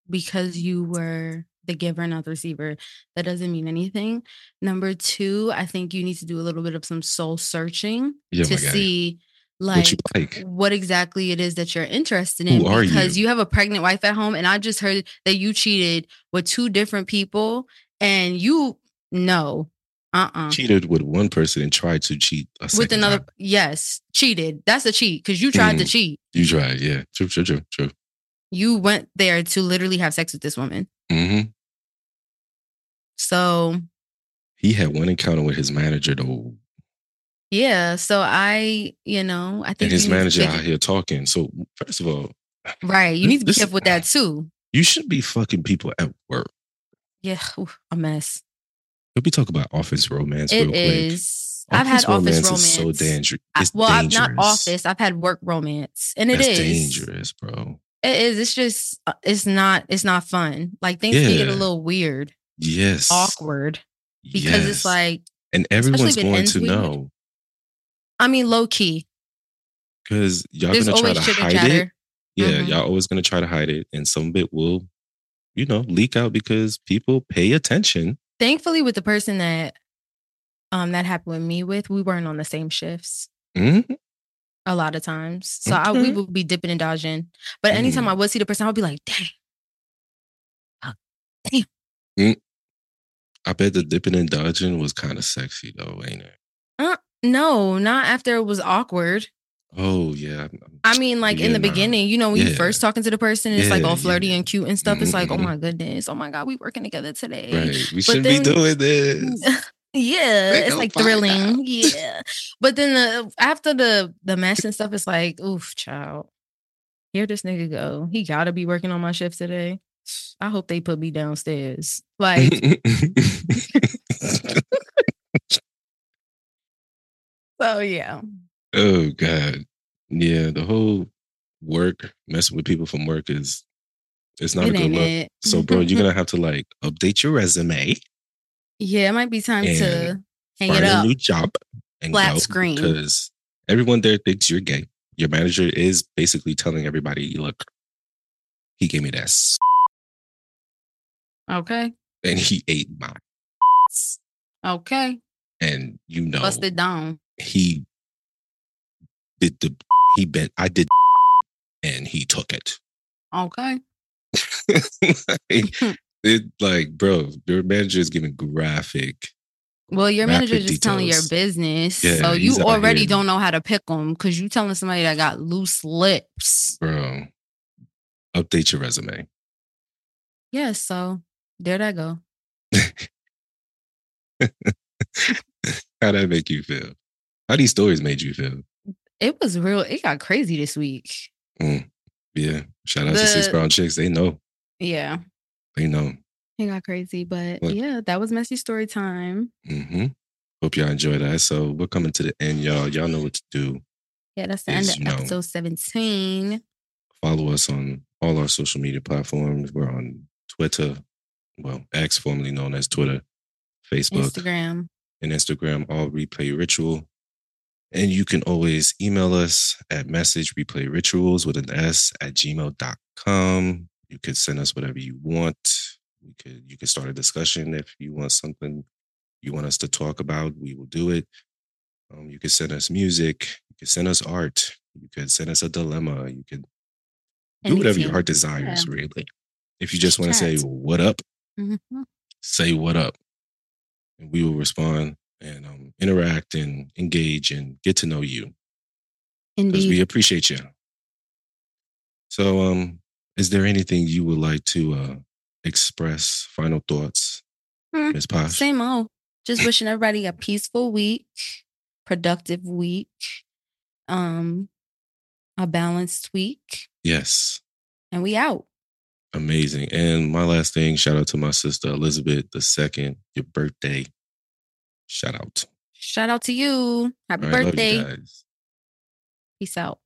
S1: because you were the giver, not the receiver, that doesn't mean anything. Number two, I think you need to do a little bit of some soul searching
S2: Yeah,
S1: to
S2: my guy.
S1: see
S2: what
S1: like
S2: you like?
S1: what exactly it is that you're interested in
S2: Who are
S1: because
S2: you?
S1: you? have a pregnant wife at home and I just heard that you cheated with two different people and you no uh-uh
S2: Cheated with one person and tried to cheat a
S1: with
S2: second
S1: another
S2: time.
S1: yes cheated that's a cheat because you tried to
S2: Mm.
S1: cheat
S2: You tried, yeah. True, true, true, true.
S1: you went there to literally have sex with this woman
S2: hmm
S1: so
S2: He had one encounter with his manager though,
S1: yeah so I you know I
S2: and
S1: think
S2: his
S1: you need to
S2: manager
S1: take
S2: out
S1: it-
S2: here talking. So first of all,
S1: right you need to be
S2: This-
S1: careful with that too
S2: you shouldn't be fucking people at work.
S1: yeah oof, a mess
S2: Let me talk about office romance
S1: It
S2: real quick.
S1: is. I've had office romance.
S2: Is so danger-
S1: I-
S2: it's
S1: Uh, well,
S2: dangerous.
S1: I've not office. I've had work romance, and it is.
S2: That's dangerous, bro.
S1: It is. It's just. uh, It's not. It's not fun. Like things can get a
S2: Yeah.
S1: little weird,
S2: Yes.
S1: awkward, because
S2: Yes.
S1: it's like.
S2: and everyone's
S1: if it
S2: going
S1: ends
S2: to
S1: weird.
S2: know
S1: I mean, low key.
S2: because y'all
S1: There's
S2: gonna try
S1: always
S2: to
S1: chitter
S2: hide it.
S1: chatter.
S2: Yeah,
S1: Mhm.
S2: y'all always gonna try to hide it, and some of it will, you know, leak out because people pay attention.
S1: Thankfully, with the person that, um, that happened with me with, we weren't on the same shifts.
S2: Mhm.
S1: a lot of times. So I, we
S2: Okay.
S1: would be dipping and dodging. But anytime
S2: Mm.
S1: I would see the person, I would be like, dang.
S2: I bet the dipping and dodging was kind of sexy though, ain't it?
S1: No, not after it was awkward.
S2: Oh yeah. I'm-
S1: I mean, like in
S2: Yeah,
S1: the
S2: nah.
S1: beginning, you know, when
S2: Yeah.
S1: you first talking to the person, it's like
S2: Yeah,
S1: all
S2: yeah,
S1: flirty
S2: yeah.
S1: and cute and stuff. It's like, oh
S2: Mhm, mhm.
S1: my goodness, oh my god, we working together today.
S2: Right. We shouldn't be
S1: then-
S2: doing this.
S1: yeah,
S2: They
S1: it's
S2: gonna
S1: like
S2: find
S1: thrilling.
S2: out.
S1: Yeah, but then the after the the mess and stuff, it's like, oof, child. Here this nigga go. He gotta be working on my shift today. I hope they put me downstairs. Like So yeah.
S2: oh God. Yeah, the whole work messing with people from work is it's not a
S1: it
S2: good
S1: ain't
S2: look.
S1: it.
S2: So bro, you're gonna have to like update your resume,
S1: yeah, it might be time to hang it
S2: find a
S1: up.
S2: new job, and
S1: Flat
S2: go
S1: screen.
S2: because everyone there thinks you're gay. Your manager is basically telling everybody, look, he gave me that s-
S1: Okay.
S2: and he ate my s-
S1: Okay.
S2: and you know
S1: Bust it down.
S2: he did the he bent I did and he took it.
S1: Okay.
S2: like, it like bro, your manager is giving graphic.
S1: Well, your manager
S2: Graphic
S1: just telling your
S2: details.
S1: business.
S2: Yeah,
S1: so
S2: he's
S1: you
S2: out
S1: already
S2: here.
S1: don't know how to pick them because you telling somebody that got loose lips.
S2: Bro, update your resume.
S1: Yeah, so there that go.
S2: How that make you feel? How these stories made you feel?
S1: It was real. It got crazy this week.
S2: Mm, Yeah. Shout out to Six
S1: The-
S2: Brown Chicks. They know.
S1: Yeah.
S2: They know.
S1: It got crazy. But
S2: What?
S1: yeah, that was messy story time.
S2: Mm-hmm. hmm Hope y'all enjoy that. So we're coming to the end, y'all. Y'all know what to do.
S1: Yeah, that's the end
S2: Is
S1: of
S2: no.
S1: episode 17.
S2: Follow us on all our social media platforms. We're on Twitter, well, X, formerly known as Twitter, Facebook,
S1: Instagram.
S2: and Instagram, all replay ritual. And you can always email us at message replay rituals with an S at gmail.com. You could send us whatever you want. We could you could start a discussion if you want something you want us to talk about, we will do it. Um, you could send us music, you could send us art, you could send us a dilemma, you could do whatever your
S1: Anything.
S2: heart desires, really. If you just want to say
S1: Chat.
S2: what up,
S1: Mhm.
S2: say what up and we will respond and um, interact and engage and get to know you because
S1: Indeed.
S2: we appreciate you so um is there anything you would like to uh express final thoughts
S1: Hmm.
S2: ms posh
S1: Same old. Just wishing everybody a peaceful week, productive week, um, a balanced week,
S2: yes
S1: and we out.
S2: amazing and my last thing shout out to my sister elizabeth the second your birthday shout out
S1: Shout out to you. Happy
S2: All right, love you
S1: birthday.
S2: guys.
S1: Peace out.